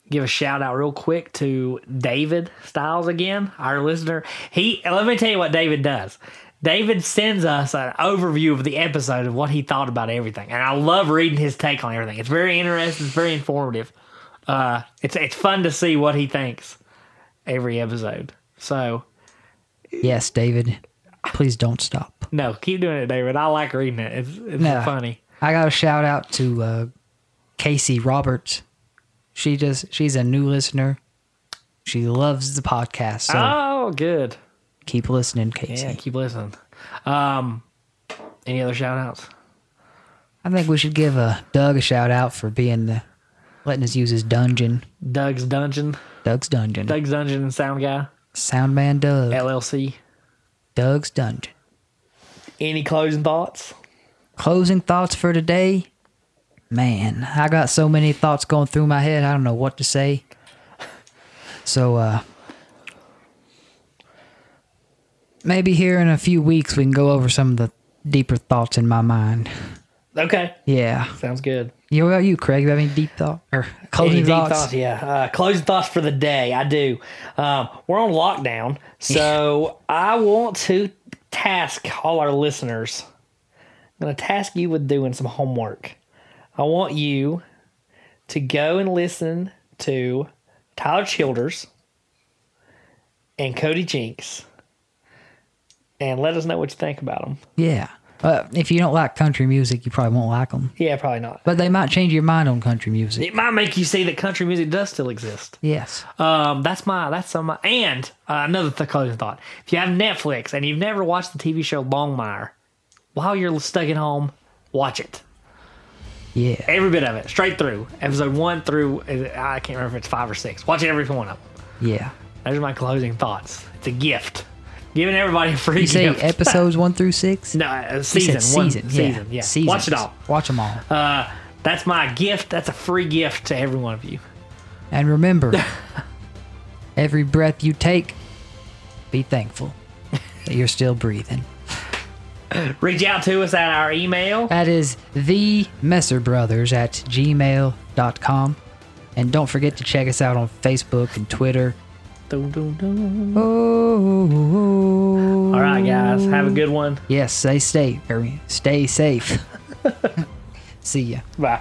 Speaker 2: give a shout out real quick to David Styles again, our listener. He let me tell you what David does. David sends us an overview of the episode of what he thought about everything, and I love reading his take on everything. It's very interesting. It's very informative. Uh, it's it's fun to see what he thinks every episode. So
Speaker 1: Yes, David. Please don't stop.
Speaker 2: no, keep doing it, David. I like reading it. It's it's
Speaker 1: No.
Speaker 2: funny.
Speaker 1: I got a shout out to uh, Casey Roberts. She just she's a new listener. She loves the podcast. So
Speaker 2: Oh, good.
Speaker 1: keep listening, Casey.
Speaker 2: Yeah, keep listening. Um, any other shout outs?
Speaker 1: I think we should give uh, Doug a shout out for being the letting us use his dungeon,
Speaker 2: Doug's Dungeon,
Speaker 1: Doug's dungeon,
Speaker 2: Doug's Dungeon and Sound Guy
Speaker 1: Soundman Doug,
Speaker 2: LLC.
Speaker 1: Doug's dungeon.
Speaker 2: Any closing thoughts?
Speaker 1: Closing thoughts for today. Man, I got so many thoughts going through my head. I don't know what to say. So, uh, maybe here in a few weeks we can go over some of the deeper thoughts in my mind.
Speaker 2: Okay,
Speaker 1: Yeah.
Speaker 2: sounds good.
Speaker 1: You what about you, Craig? You have any deep thought or closing
Speaker 2: Any deep
Speaker 1: thoughts?
Speaker 2: thoughts? Yeah, uh, closing thoughts for the day. I do. Um, we're on lockdown,
Speaker 1: (laughs)
Speaker 2: so I want to task all our listeners. I'm going to task you with doing some homework. I want you to go and listen to Tyler Childers and Cody Jinks, and let us know what you think about them.
Speaker 1: Yeah. Uh, if you don't like country music, you probably won't like them.
Speaker 2: Yeah, probably not.
Speaker 1: But they might change your mind on country music.
Speaker 2: It might make you see that country music does still exist.
Speaker 1: Yes.
Speaker 2: Um, that's my that's some and uh, another th- closing thought. If you have Netflix and you've never watched the TV show Longmire, while you're stuck at home, watch it.
Speaker 1: Yeah.
Speaker 2: Every bit of it, straight through, episode one through. uh, I can't remember if it's five or six. Watch every one of them.
Speaker 1: Yeah.
Speaker 2: Those are my closing thoughts. It's a gift, giving everybody a free
Speaker 1: You
Speaker 2: (laughs)
Speaker 1: say
Speaker 2: gift.
Speaker 1: episodes one through six?
Speaker 2: no, uh,
Speaker 1: You
Speaker 2: season
Speaker 1: said
Speaker 2: one,
Speaker 1: season.
Speaker 2: season, yeah.
Speaker 1: Seasons.
Speaker 2: Watch it all.
Speaker 1: Watch them all.
Speaker 2: (laughs) Uh, that's my gift. That's a free gift to every one of you.
Speaker 1: and remember,
Speaker 2: (laughs)
Speaker 1: every breath you take, be thankful that you're still breathing.
Speaker 2: Reach out to us at our email.
Speaker 1: That is the Messer Brothers at gmail.com. And don't forget to check us out on Facebook and Twitter.
Speaker 2: Dun, dun, dun.
Speaker 1: Oh.
Speaker 2: All right, guys. Have a good one. (laughs)
Speaker 1: Yes, stay safe. Stay safe. See ya.
Speaker 2: Bye.